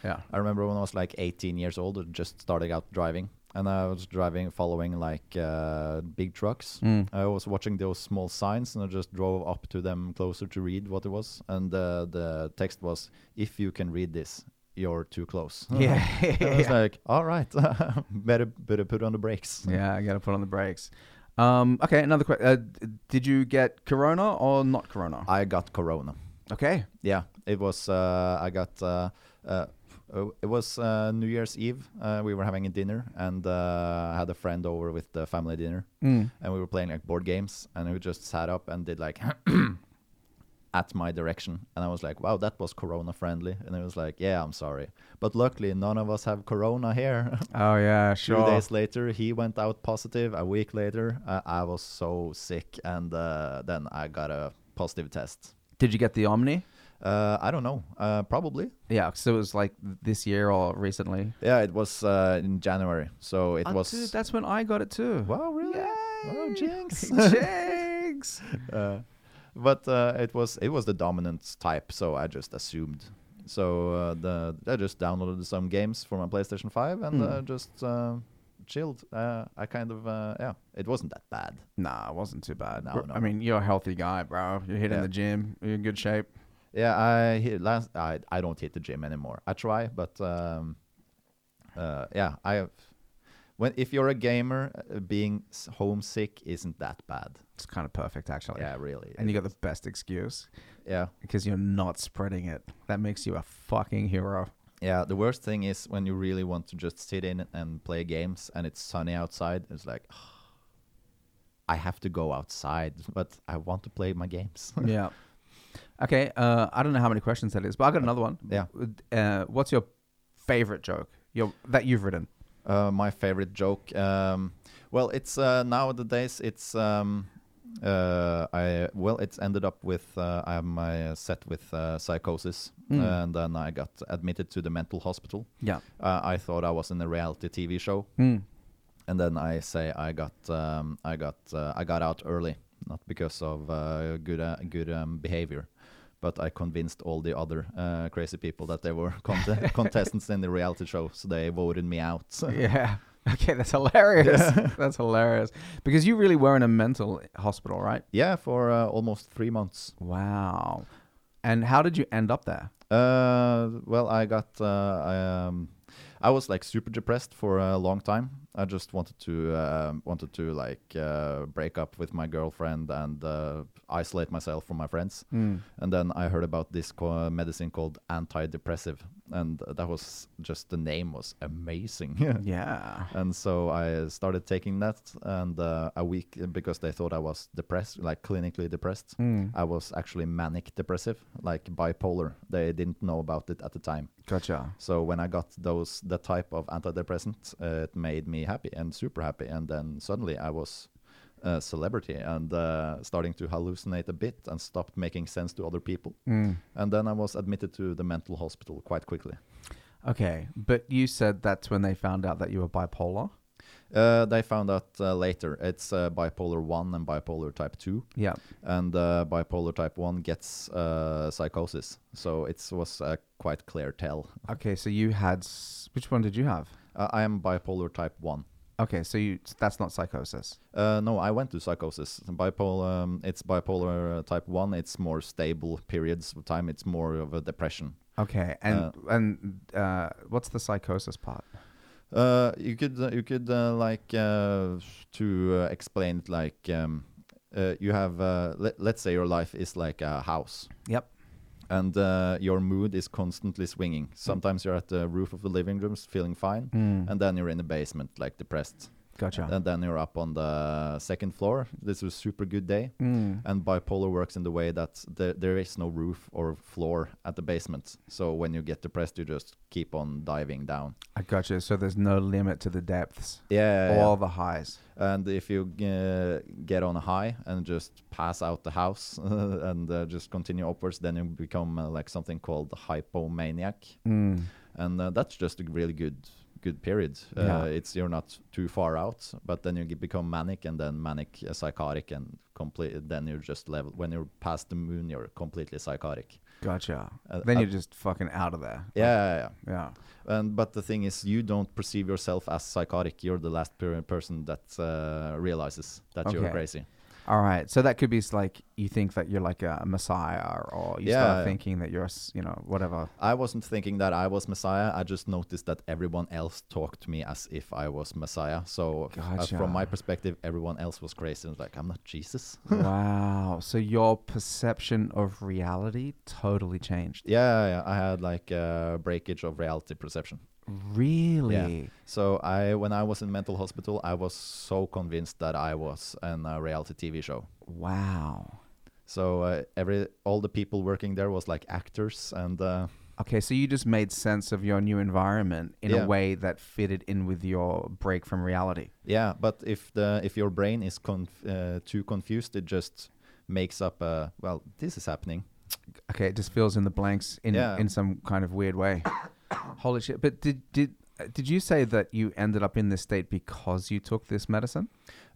A: Yeah.
B: I remember when I was like 18 years old, and just starting out driving, and I was driving, following like uh, big trucks. I was watching those small signs, and I just drove up to them closer to read what it was. And uh, the text was, "If you can read this, you're too close."
A: Yeah.
B: I was like, "All right, better better put on the brakes."
A: yeah, I got to put on the brakes. Um, okay, another question. Uh, d- did you get corona or not corona?
B: I got corona.
A: Okay.
B: Yeah, it was. Uh, I got. Uh, uh, oh, it was uh, New Year's Eve. Uh, we were having a dinner, and uh, I had a friend over with the family dinner,
A: Mm.
B: and we were playing like board games, and we just sat up and did like. At my direction, and I was like, "Wow, that was Corona friendly." And it was like, "Yeah, I'm sorry, but luckily none of us have Corona here."
A: Oh yeah,
B: Two
A: sure.
B: days later, he went out positive. A week later, uh, I was so sick, and uh, then I got a positive test.
A: Did you get the Omni?
B: Uh, I don't know. Uh, probably.
A: Yeah, so it was like this year or recently. Uh,
B: Yeah, it was uh, in January, so it was.
A: dude, that's when I got it too.
B: wow, really? Wow, jinx.
A: Jinx.
B: uh, but uh, it was it was the dominant type, so I just assumed. So uh, the I just downloaded some games for my PlayStation Five and uh, just uh, chilled. Uh, I kind of uh, yeah, it wasn't that bad.
A: Nah, it wasn't too bad.
B: No,
A: Bro-
B: no.
A: I mean, you're a healthy guy, bro. You're hitting
B: Yeah.
A: the gym. You're in good shape.
B: Yeah, I hit last. I I don't hit the gym anymore. I try, but um, uh, yeah, I have. When if you're a gamer, uh, being s- homesick isn't that bad.
A: It's kind of perfect, actually.
B: Yeah, really.
A: And you got the best excuse
B: yeah,
A: because you're not spreading it. That makes you a fucking hero.
B: yeah. The worst thing is when you really want to just sit in and play games, and it's sunny outside. It's like. I have to go outside, but I want to play my games.
A: yeah. Okay. Uh, I don't know how many questions that is, but I got another one.
B: Yeah.
A: Uh, what's your favorite joke? Your that you've written?
B: Uh, my favorite joke. Um, well, it's uh, nowadays it's um, Uh, I well, it's ended up with uh, I'm uh, set with uh, psychosis,
A: Mm.
B: and then I got admitted to the mental hospital.
A: Yeah.
B: Uh, I thought I was in a reality TV show,
A: Mm.
B: and then I say I got um, I got uh, I got out early, not because of uh, good uh, good um, behavior, but I convinced all the other uh, crazy people that they were cont- contestants in the reality show, so they voted me out.
A: Yeah. Okay, that's hilarious. that's hilarious. Because you really were in a mental hospital, right?
B: yeah, for uh, almost three months.
A: Wow. And how did you end up there?
B: Uh, well, I got uh, I, um, I was like super depressed for a long time. I just wanted to um wanted to like uh, break up with my girlfriend and uh, isolate myself from my friends.
A: Hmm.
B: And then I heard about this co- medicine called antidepressive, and that was just the name was amazing.
A: Yeah.
B: and so I started taking that, and uh, a week because they thought I was depressed, like clinically depressed.
A: Mm.
B: I was actually manic depressive, like bipolar. They didn't know about it at the time.
A: Gotcha.
B: So when I got those that type of antidepressant, uh, it made me happy and super happy. And then suddenly I was a celebrity and uh, starting to hallucinate a bit and stopped making sense to other people.
A: Mm.
B: And then I was admitted to the mental hospital quite quickly.
A: Okay, but you said that's when they found out that you were bipolar.
B: Uh, they found out uh, later it's uh, bipolar 1 and bipolar type 2.
A: Yeah.
B: and uh, bipolar type 1 gets uh, psychosis. So it was a quite clear tell.
A: Okay, so you had s- which one did you have?
B: Uh, I am bipolar type 1.
A: Okay, so you that's not psychosis.
B: Uh, no, I went to psychosis. Bipolar, um, it's bipolar uh, type 1. It's more stable periods of time. It's more of a depression.
A: Okay, and and uh, what's the psychosis part?
B: Uh, you could you could uh, like uh, to uh, explain it like um, uh, you have uh, let, let's say your life is like a house
A: Yep.
B: and uh, your mood is constantly swinging. Sometimes you're at the roof of the living rooms feeling fine,
A: Mm.
B: and then you're in the basement like depressed,
A: Gotcha.
B: and then you're up on the second floor. This was super good day.
A: Mm.
B: And bipolar works in the way that there, there is no roof or floor at the basement. So when you get depressed, you just keep on diving down.
A: I gotcha. So there's no limit to the depths
B: Yeah.
A: or the highs.
B: And if you uh, get on a high and just pass out the house and uh, just continue upwards, then you become uh, like something called hypomaniac.
A: Mm.
B: and uh, that's just a really good good period uh,
A: Yeah.
B: it's you're not too far out but then you get, become manic and then manic uh, psychotic and complete then you're just level when you're past the moon you're completely psychotic
A: Gotcha.
B: Uh,
A: then
B: uh,
A: you're just fucking out of there.
B: yeah, yeah, yeah.
A: Yeah.
B: and but the thing is you don't perceive yourself as psychotic you're the last per- person that uh, realizes that you're
A: Okay.
B: crazy
A: All right. So that could be s- like you think that you're like a messiah, or you
B: Yeah.
A: start thinking that you're, a s- you know, whatever.
B: i wasn't thinking that i was messiah i just noticed that everyone else talked to me as if i was messiah so uh,
A: Gotcha.
B: from my perspective everyone else was crazy and like i'm not jesus
A: wow. So your perception of reality totally changed.
B: Yeah, yeah, I had like a breakage of reality perception.
A: Really?
B: So I, when I was in mental hospital, I was so convinced that I was in a reality TV show.
A: Wow.
B: So uh, every all the people working there was like actors, and uh,
A: Okay, so you just made sense of your new environment in
B: Yeah.
A: a way that fitted in with your break from reality.
B: yeah. But if the if your brain is conf- uh, too confused, it just makes up a well. This is happening.
A: Okay, it just fills in the blanks in
B: Yeah.
A: in some kind of weird way. Holy shit! But did did uh, did you say that you ended up in this state because you took this medicine?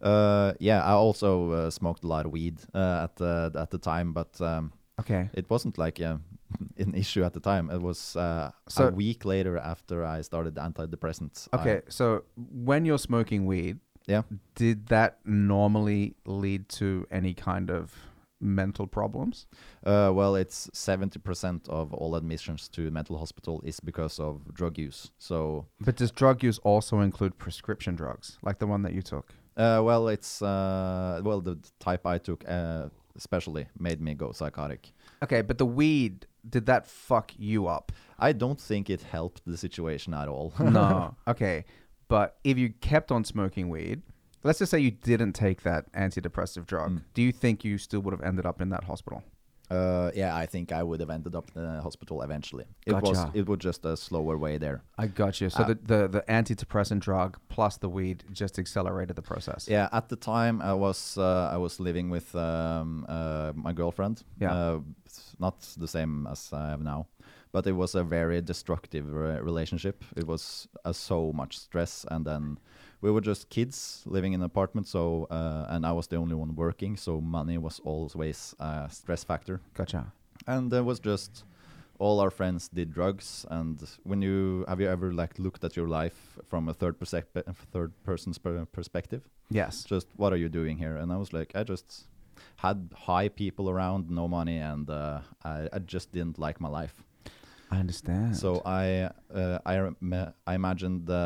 B: Uh, yeah, I also uh, smoked a lot of weed uh, at the at the time, but um,
A: Okay,
B: it wasn't like uh, an issue at the time. It was uh,
A: So-
B: a week later after I started the antidepressants. I-
A: okay. so when you're smoking weed,
B: yeah.
A: did that normally lead to any kind of mental problems?
B: Uh, well, it's seventy percent of all admissions to mental hospital is because of drug use. So,
A: But does drug use also include prescription drugs, like the one that you took?
B: uh, well, it's uh, well the type I took uh, especially made me go psychotic.
A: Okay, but the weed did that fuck you up?
B: I don't think it helped the situation at all.
A: No. okay. But if you kept on smoking weed, let's Mm. just say you didn't take that antidepressive drug, do you think you still would have ended up in that hospital?
B: Uh, yeah, I think I would have ended up in the hospital eventually. It was
A: Gotcha.
B: it was just a slower way there.
A: I got you. So
B: Uh,
A: the, the the antidepressant drug plus the weed just accelerated the process.
B: Yeah, at the time I was uh, I was living with um, uh, my girlfriend.
A: Yeah.
B: Uh, it's not the same as I have now, but it was a very destructive re- relationship. It was uh, so much stress, and then we were just kids living in an apartment. So uh, and I was the only one working, so money was always a stress factor.
A: Gotcha.
B: and there was just all our friends did drugs and when you have you ever like looked at your life from a third persec- third person's per- perspective
A: Yes.
B: it's just what are you doing here and i was like i just had high people around no money and uh, I, I just didn't like my life
A: I understand.
B: so i uh, I, rem- I imagined the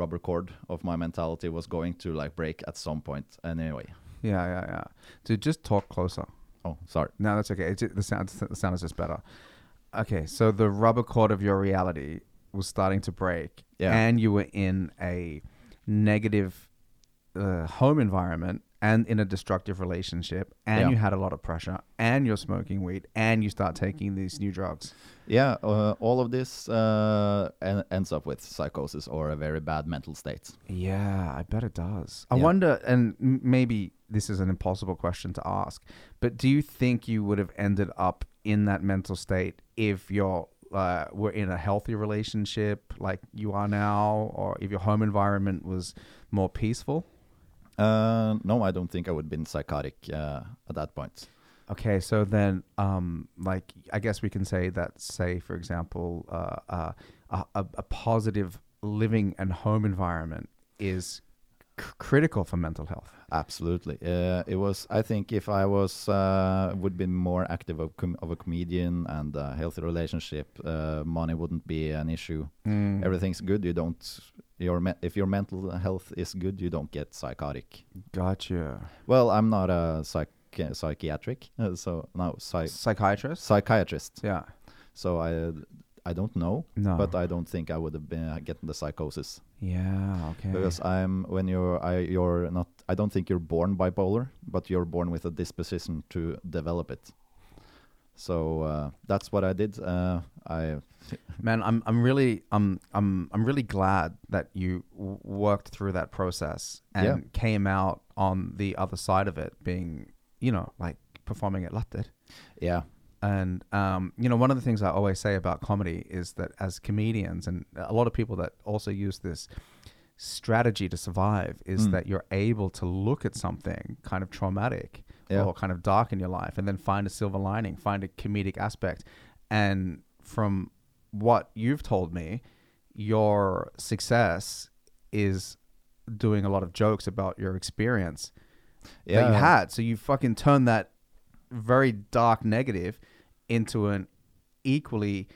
B: rubber cord of my mentality was going to like break at some point anyway
A: yeah, yeah, yeah. Dude, just talk closer.
B: oh sorry
A: No, that's okay. It's, the sound the sound is just better. Okay, so the rubber cord of your reality was starting to break,
B: Yeah.
A: and you were in a negative uh, home environment and in a destructive relationship, and
B: Yeah.
A: you had a lot of pressure, and you're smoking weed, and you start taking these new drugs.
B: Yeah, uh, all of this uh, en- ends up with psychosis or a very bad mental state.
A: Yeah, I bet it does. I
B: Yeah.
A: wonder, and m- maybe this is an impossible question to ask, but do you think you would have ended up in that mental state if you're uh, were in a healthy relationship like you are now, or if your home environment was more peaceful?
B: Uh, no, I don't think I would have been psychotic uh, at that point.
A: Okay, so then, um, like, I guess we can say that, say, for example, uh, uh, a, a a positive living and home environment is c- critical for mental health.
B: Absolutely, uh, it was. I think if I was uh, would been more active of, com- of a comedian and a healthy relationship, uh, money wouldn't be an issue.
A: Mm.
B: Everything's good. You don't. Your me- if your mental health is good, you don't get psychotic.
A: Gotcha.
B: Well, I'm not a psych- psychiatric, uh, so no psych-
A: Psychiatrist?
B: psychiatrist.
A: Yeah.
B: So I I don't know,
A: No.
B: but I don't think I would have been uh, getting the psychosis
A: yeah. Okay.
B: because I'm when you're I you're not I don't think you're born bipolar, but you're born with a disposition to develop it. So uh, that's what I did. Uh, I
A: Man, I'm I'm really I'm I'm I'm really glad that you w- worked through that process and
B: Yeah.
A: came out on the other side of it, being you know like performing at Lutted.
B: yeah
A: And um, you know, one of the things I always say about comedy is that as comedians, and a lot of people that also use this strategy to survive, is
B: Mm.
A: that you're able to look at something kind of traumatic
B: Yeah.
A: or kind of dark in your life, and then find a silver lining, find a comedic aspect. And from what you've told me, your success is doing a lot of jokes about your experience that you
B: Yeah.
A: had. So you fucking turned that very dark negative into an equally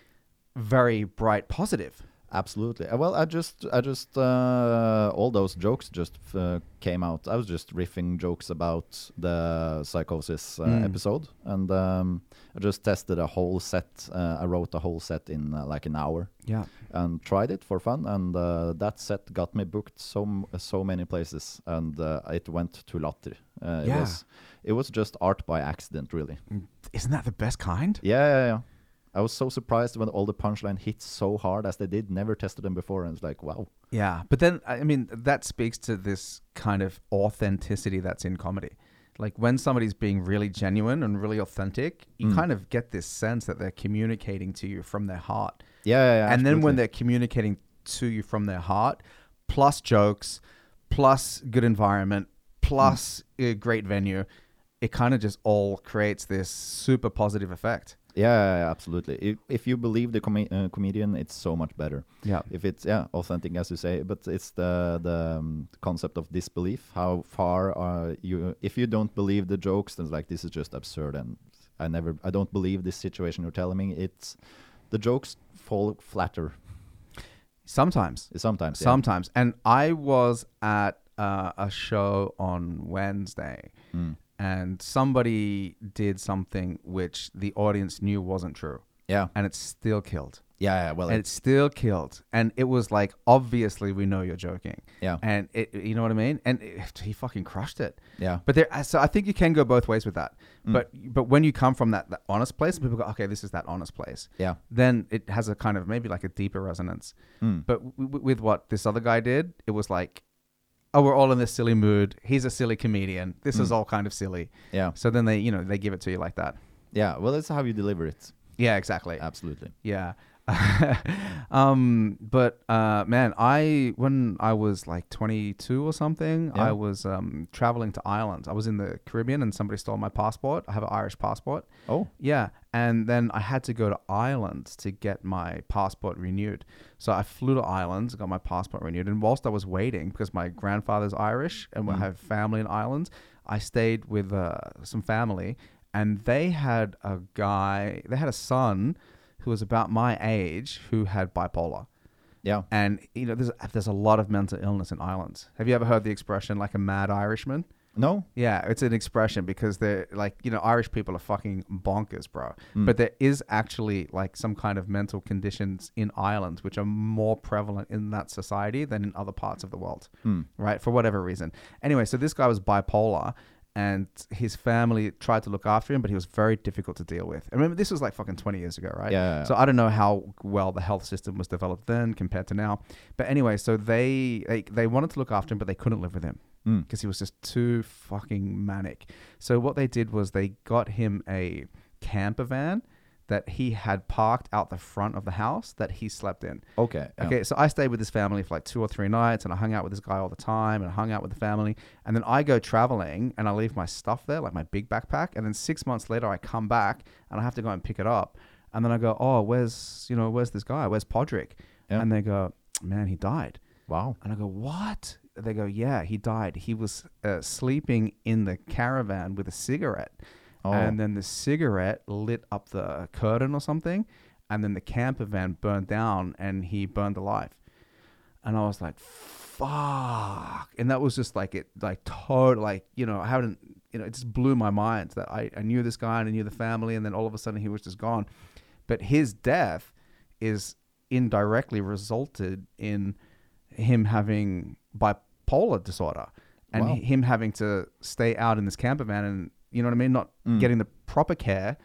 A: very bright positive.
B: Absolutely. Uh, Well, I just, I just, uh, all those jokes just uh, came out. I was just riffing jokes about the psychosis uh,
A: Mm.
B: episode, and um, I just tested a whole set. Uh, I wrote a whole set in uh, like an hour,
A: Yeah.
B: and tried it for fun. And uh, that set got me booked so m- so many places, and uh, it went to Latter. Uh,
A: Yeah.
B: It was, it was just art by accident, really.
A: Isn't that the best kind?
B: Yeah, yeah, yeah. I was so surprised when all the punchline hit so hard as they did. Never tested them before, and it's like, wow.
A: Yeah. But then, I I mean, that speaks to this kind of authenticity that's in comedy. Like when somebody's being really genuine and really authentic, you
B: Mm.
A: kind of get this sense that they're communicating to you from their heart.
B: Yeah, yeah,
A: and then when they're communicating to you from their heart, plus jokes, plus good environment, plus a great venue, it kind of just all creates this super positive effect.
B: yeah, yeah, yeah, absolutely. If, if you believe the com- uh, comedian, it's so much better.
A: Yeah.
B: If it's yeah authentic as you say, but it's the the um, concept of disbelief. How far are you? If you don't believe the jokes, then it's like this is just absurd, and I never, I don't believe this situation you're telling me. It's the jokes fall flatter
A: Sometimes.
B: sometimes. yeah.
A: Sometimes. And I was at uh, a show on Wednesday
B: Mm.
A: and somebody did something which the audience knew wasn't true
B: yeah,
A: and it still killed.
B: Yeah, yeah, well,
A: and it
B: it's
A: still killed. And it was like, obviously, we know you're joking.
B: Yeah.
A: And it, you know what I mean? And it, he fucking crushed it.
B: yeah, Mm.
A: But there, so I think you can go both ways with that. But but when you come from that, that honest place, people go, okay, this is that honest place.
B: yeah,
A: Then it has a kind of maybe like a deeper resonance.
B: Mm.
A: But w- w- with what this other guy did, it was like, oh, we're all in this silly mood. He's a silly comedian. This is all kind of silly.
B: Mm. yeah,
A: So then they, you know, they give it to you like that.
B: yeah. Well, that's how you deliver it.
A: Yeah, exactly.
B: Absolutely.
A: Yeah. um but uh man i when i was like 22 or something
B: Yeah.
A: i was um traveling to ireland i was in the caribbean and somebody stole my passport i have an irish passport
B: Oh,
A: yeah and then i had to go to ireland to get my passport renewed so i flew to ireland got my passport renewed and whilst i was waiting because my grandfather's irish and we have family in ireland i stayed with uh, some family and they had a guy they had a son who was about my age who had bipolar
B: yeah.
A: and you know there's, there's a lot of mental illness in ireland have you ever heard the expression like a mad irishman
B: No.
A: yeah, it's an expression because they're like, you know, Irish people are fucking bonkers, bro. But there is actually like some kind of mental conditions in Ireland which are more prevalent in that society than in other parts of the world,
B: Hmm.
A: right? For whatever reason. Anyway, so this guy was bipolar and his family tried to look after him, but he was very difficult to deal with. And remember, this was like fucking 20 years ago, right?
B: Yeah.
A: So I don't know how well the health system was developed then compared to now. But anyway, so they they, they wanted to look after him, but they couldn't live with him
B: Mm.
A: because he was just too fucking manic. So what they did was they got him a camper van that he had parked out the front of the house that he slept in.
B: Okay. yeah.
A: Okay, so I stayed with this family for like two or three nights, and I hung out with this guy all the time, and I hung out with the family, and then I go traveling, and I leave my stuff there, like my big backpack, and then six months later I come back, and I have to go and pick it up, and then I go, oh, where's you know where's this guy? Where's Podrick?
B: Yeah.
A: And they go, man, he died.
B: Wow.
A: And I go, what? They go, yeah, he died. He was uh, sleeping in the caravan with a cigarette.
B: Oh.
A: And then the cigarette lit up the curtain or something. And then the camper van burned down and he burned alive. And I was like, fuck. And that was just like, it, like, total, like, you know, I haven't, you know, it just blew my mind that I, I knew this guy and I knew the family. And then all of a sudden he was just gone. But his death is indirectly resulted in him having bipolar disorder and
B: Wow.
A: him having to stay out in this camper van and you know what I mean, not getting the proper care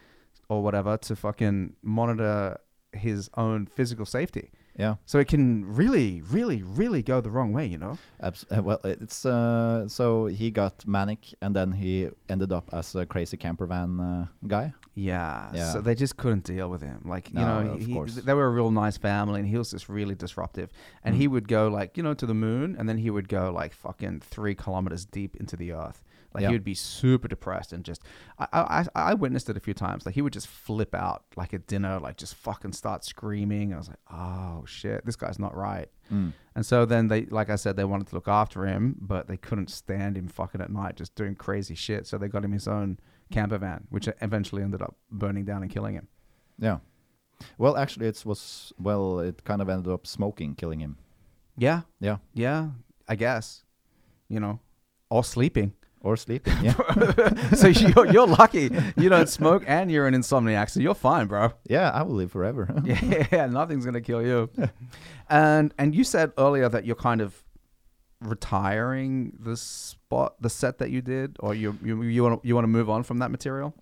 A: or whatever to fucking monitor his own physical safety.
B: Yeah.
A: So it can really, really, really go the wrong way, you know.
B: Abs- uh, well, it's uh, so he got manic, and then he ended up as a crazy camper van uh, guy.
A: Yeah.
B: Yeah.
A: So they just couldn't deal with him. Like, you
B: No,
A: know,
B: of
A: he-
B: course.
A: they were a real nice family and he was just really disruptive. And
B: Mm-hmm.
A: he would go like, you know, to the moon and then he would go like fucking three kilometers deep into the earth. Like
B: Yeah.
A: he would be super depressed and just, I, I, I I witnessed it a few times. Like he would just flip out like at dinner, like just fucking start screaming. I was like, oh shit, this guy's not right. And so then they, like I said, they wanted to look after him, but they couldn't stand him fucking at night, just doing crazy shit. So they got him his own camper van, which eventually ended up burning down and killing him.
B: Yeah. Well, actually, it was well. It kind of ended up smoking, killing him.
A: Yeah,
B: Yeah.
A: yeah, I guess, you know, or sleeping.
B: Or sleeping. Yeah.
A: so you're, you're lucky you don't smoke and you're an insomniac, so you're fine, bro.
B: yeah. I will live forever.
A: Yeah, nothing's gonna kill you. and and you said earlier that you're kind of retiring the spot, the set that you did, or you you you want you want to move on from that material.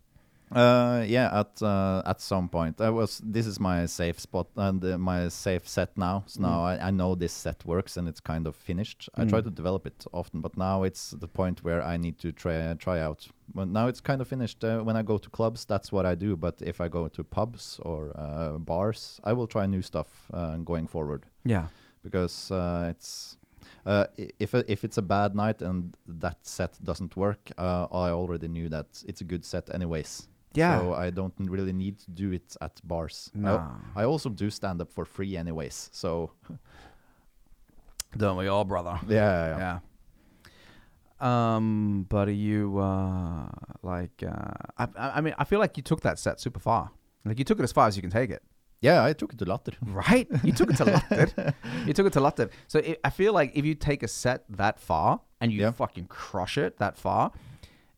B: Uh, yeah, at uh, at some point, I was. This is my safe spot and uh, my safe set now. So now I, I know this set works and it's kind of finished. I try to develop it often, but now it's the point where I need to try try out. Well, now it's kind of finished. Uh, when I go to clubs, that's what I do. But if I go to pubs or uh, bars, I will try new stuff uh, going forward
A: Yeah.
B: because uh, it's uh, i- if a- if it's a bad night and that set doesn't work, uh, I already knew that it's a good set anyways.
A: Yeah.
B: So I don't n- really need to do it at bars. I-
A: No.
B: I, also do stand up for free anyways. So
A: Don't we all, brother?
B: yeah, yeah, yeah.
A: Yeah. Um, but are you uh like uh I I I mean I feel like you took that set super far. Like you took it as far as you can take it.
B: Yeah, I took it to Latter.
A: Right? You took it to Lutted. you took it to Lutted. So i I feel like if you take a set that far and you
B: Yeah.
A: fucking crush it that far,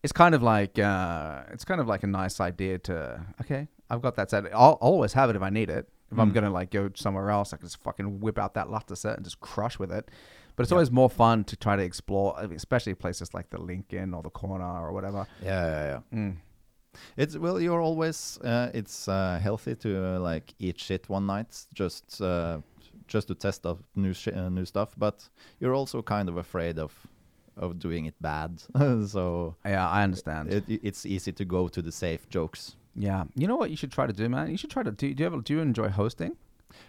A: it's kind of like uh, it's kind of like a nice idea to okay, I've got that set. I'll I'll always have it if I need it. If If
B: Hmm.
A: I'm gonna like go somewhere else, I can just fucking whip out that latte set and just crush with it. But it's always more fun to try to explore, especially places like the Lincoln or the Corner or whatever.
B: Yeah, yeah, yeah. It's well, you're always uh, it's uh, healthy to uh, like eat shit one night just uh, just to test of new shi uh, new stuff, but you're also kind of afraid of of doing it bad, so
A: Yeah, I understand.
B: it, it's easy to go to the safe jokes.
A: yeah, you know what you should try to do, man. You should try to do. Do you ever do you enjoy hosting?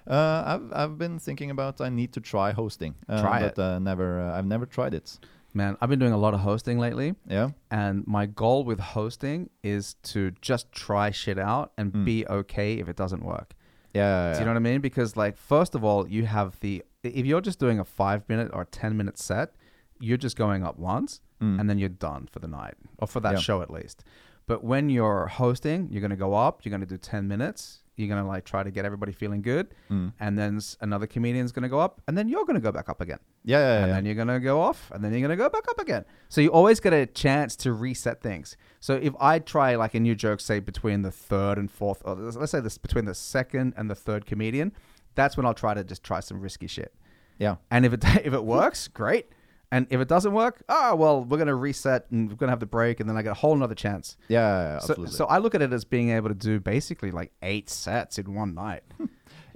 B: Uh, I've I've been thinking about I need to try hosting. Uh,
A: Try
B: but, Uh, never uh, I've never tried it.
A: Man, I've been doing a lot of hosting lately.
B: Yeah.
A: And my goal with hosting is to just try shit out and be okay if it doesn't work.
B: Hmm. Yeah.
A: Do you know what I mean? Because like first of all, you have the if you're just doing a five minute or ten minute set, you're just going up once and then you're done for the night or for that
B: Hmm. Yeah.
A: show at least. But when you're hosting, you're gonna go up, you're gonna do ten minutes, you're gonna like try to get everybody feeling good,
B: Mm.
A: and then s- another comedian's gonna go up, and then you're gonna go back up again
B: yeah, yeah,
A: and
B: yeah.
A: then you're gonna go off, and then you're gonna go back up again. So you always get a chance to reset things. So if I try like a new joke, say between the third and fourth, or let's let's say this between the second and the third comedian, that's when I'll try to just try some risky shit.
B: yeah.
A: And if it if it works, great. And if it doesn't work, oh well, we're gonna reset and we're gonna have the break, and then I get a whole nother chance.
B: Yeah, yeah,
A: So,
B: absolutely.
A: so I look at it as being able to do basically like eight sets in one night.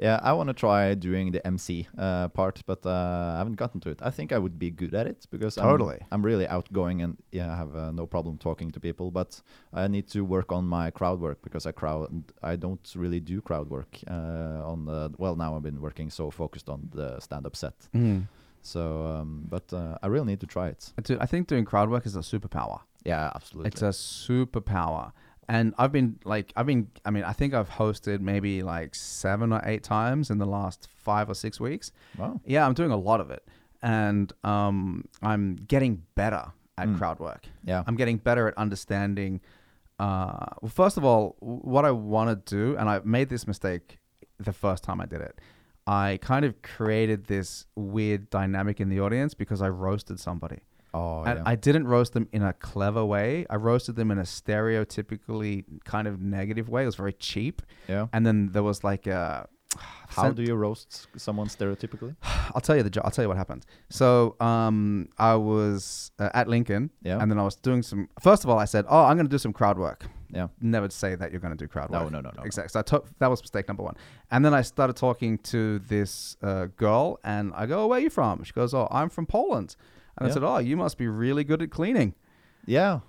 B: yeah, I want to try doing the MC uh, part, but uh, I haven't gotten to it. I think I would be good at it because I'm-
A: Totally.
B: I'm, really outgoing and yeah, I have uh, no problem talking to people. But I need to work on my crowd work because I crowd I don't really do crowd work uh, on the. Well, now I've been working so focused on the stand-up set. So, um, but uh, I really need to try it.
A: Dude, I think doing crowd work is a superpower.
B: Yeah, absolutely.
A: It's a superpower. And I've been like, I've been, I mean, I think I've hosted maybe like seven or eight times in the last five or six weeks.
B: Wow.
A: Yeah, I'm doing a lot of it. And um, I'm getting better at crowd work.
B: Yeah.
A: I'm getting better at understanding. Uh, well, first of all, w- what I want to do, and I made this mistake the first time I did it. I kind of created this weird dynamic in the audience because I roasted somebody.
B: oh,
A: And
B: yeah.
A: I didn't roast them in a clever way. I roasted them in a stereotypically kind of negative way. It was very cheap.
B: Yeah.
A: And then there was like a.
B: How do you roast someone stereotypically?
A: I'll tell you the jo- I'll tell you what happened. So um, I was uh, at Lincoln,
B: Yeah.
A: and then I was doing some. First of all, I said, "Oh, I'm going to do some crowd work."
B: Yeah.
A: Never say that you're going to do crowd
B: No,
A: work.
B: no, no, no, no.
A: Exactly. So I took that was mistake number one, and then I started talking to this uh, girl, and I go, "Where are you from?" She goes, "Oh, I'm from Poland," and I
B: Yeah.
A: said, "Oh, you must be really good at cleaning."
B: Yeah.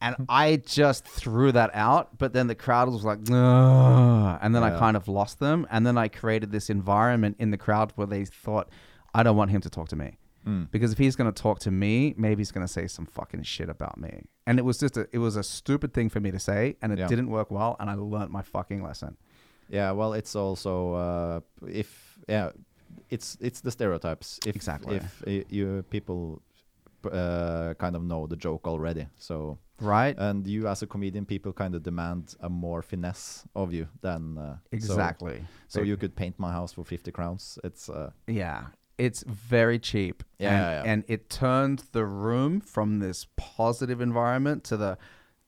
A: And I just threw that out, but then the crowd was like, "Ugh," and then I
B: Yeah.
A: kind of lost them. And then I created this environment in the crowd where they thought, I don't want him to talk to me.
B: Mm.
A: Because if he's going to talk to me, maybe he's going to say some fucking shit about me. And it was just a, it was a stupid thing for me to say, and it
B: Yeah.
A: didn't work well. And I learned my fucking lesson.
B: Yeah, well, it's also uh, if yeah, it's it's the stereotypes. If,
A: Exactly.
B: If uh, you people p- uh, kind of know the joke already, so
A: Right?
B: and you as a comedian, people kind of demand a more finesse of you than uh, so-
A: exactly.
B: So, you could paint my house for fifty crowns. It's uh,
A: Yeah. It's very cheap.
B: Yeah,
A: And,
B: yeah, yeah.
A: and it turned the room from this positive environment to the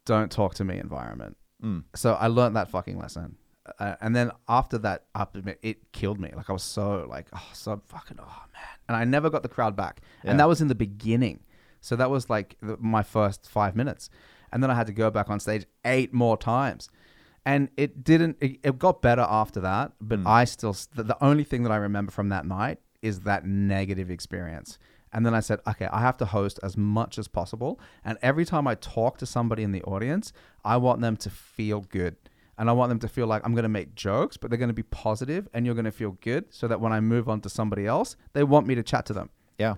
A: don't talk to me environment.
B: hmm.
A: So I learned that fucking lesson. Uh, and then after that, I have to admit, it killed me. Like I was so like, oh, so fucking, oh man. And I never got the crowd back.
B: Yeah.
A: And that was in the beginning. So that was like the, my first five minutes. And then I had to go back on stage eight more times and it didn't it, it got better after that but i still s- the, the only thing that i remember from that night is that negative experience and then i said okay i have to host as much as possible and every time i talk to somebody in the audience i want them to feel good and i want them to feel like i'm going to make jokes but they're going to be positive and you're going to feel good so that when i move on to somebody else they want me to chat to them
B: yeah,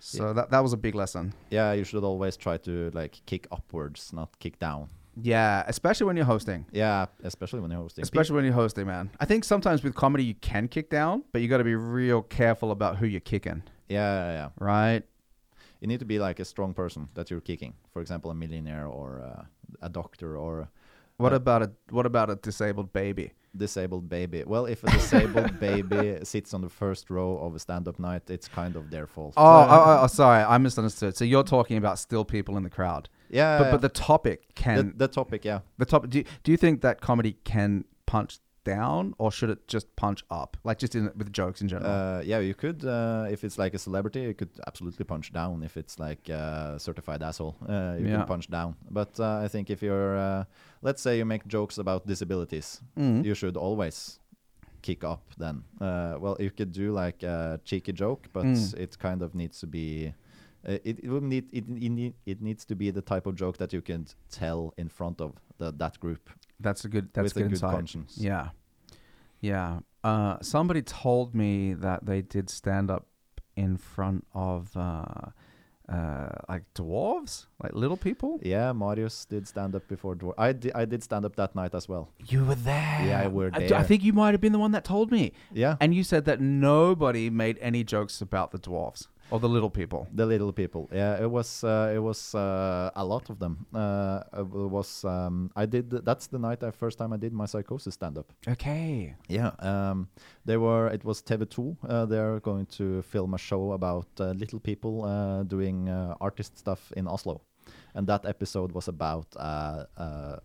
A: so that, that was a big lesson
B: yeah. You should always try to like kick upwards, not kick down.
A: yeah especially when you're hosting
B: Yeah, especially when you're hosting. Pe-
A: Especially when you're hosting, man. I think sometimes with comedy you can kick down, but you got to be real careful about who you're kicking,
B: yeah, yeah, yeah.
A: right?
B: You need to be like a strong person that you're kicking. For example, a millionaire or uh, a doctor or.
A: What about a what about a disabled baby?
B: disabled baby. Well, if a disabled baby sits on the first row of a stand-up night, it's kind of their fault.
A: Oh, oh, oh, oh, sorry, I misunderstood. So you're talking about still people in the crowd,
B: yeah,
A: but
B: yeah.
A: but Uh, the topic
B: the,
A: can
B: the topic, yeah.
A: the topic. Do you, do you think that comedy can punch down or should it just punch up? Like just in with jokes in general.
B: Uh, yeah, you could. Uh, if it's like a celebrity, you could absolutely punch down. If it's like uh, certified asshole, uh, you
A: Yeah.
B: can punch down. But uh, I think if you're, uh, let's say you make jokes about disabilities,
A: Mm.
B: you should always kick up then. Uh, well, you could do like a cheeky joke, but
A: Mm.
B: it kind of needs to be. Uh, it it, will need, it, it, need, it needs to be the type of joke that you can tell in front of the, that group
A: That's a good. That's
B: with
A: good
B: a good
A: insight.
B: conscience.
A: Yeah. Yeah. Uh, somebody told me that they did stand up in front of uh, uh, like dwarves, like little people.
B: Yeah, Marius did stand up before Dwarf. I, di- I did stand up that night as well.
A: You were there.
B: Yeah, I were
A: d- I,
B: there.
A: think you might have been the one that told me.
B: Yeah,
A: And you said that nobody made any jokes about the dwarves or the little people.
B: the little people. Yeah, it was uh, it was uh, a lot of them. Uh, it was um, I did that's the night I first time I did my psychosis stand up.
A: Okay.
B: Yeah, um, they were. It was TV2. Uh, they're going to film a show about uh, little people uh, doing uh, artist stuff in Oslo, and that episode was about. Uh, uh,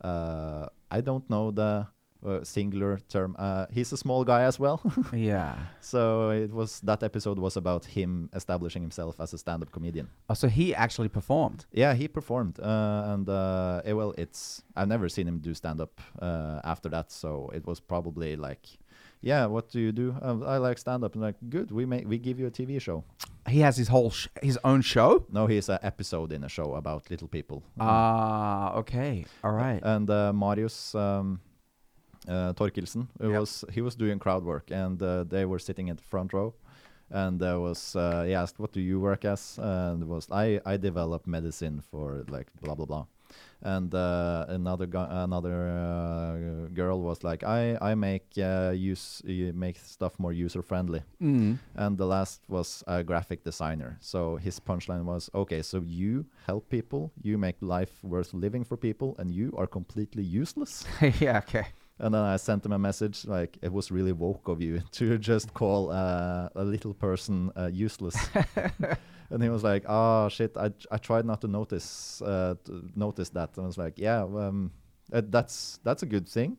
B: uh, I don't know the uh, singular term. Uh, he's a small guy as well,
A: yeah.
B: so it was that episode was about him establishing himself as a stand-up comedian.
A: Oh, so he actually performed.
B: Yeah, he performed, uh, and uh, eh, well, it's I've never seen him do stand up uh, after that, so it was probably like, yeah, what do you do? Uh, I like stand up, and like, good, we may we give you a TV show.
A: He has his whole sh- his own show.
B: No, he's an episode in a show about little people,
A: Ah, okay. All right.
B: and uh, Marius. Um, uh, Torkelsen, who
A: Yep.
B: was he was doing crowd work, and uh, they were sitting at the front row, and there was uh, he asked, "What do you work as?" And it was I I develop medicine for like blah blah blah, and uh, another gu- another uh, girl was like, "I I make uh, use uh, make stuff more user friendly,"
A: Mm.
B: and the last was a graphic designer. So his punchline was, "Okay, so you help people, you make life worth living for people, and you are completely useless."
A: yeah. Okay.
B: And then I sent him a message like it was really woke of you to just call uh, a little person uh, useless. and he was like, "Oh shit, I, I tried not to notice uh, to notice that." And I was like, "Yeah, um, uh, that's that's a good thing."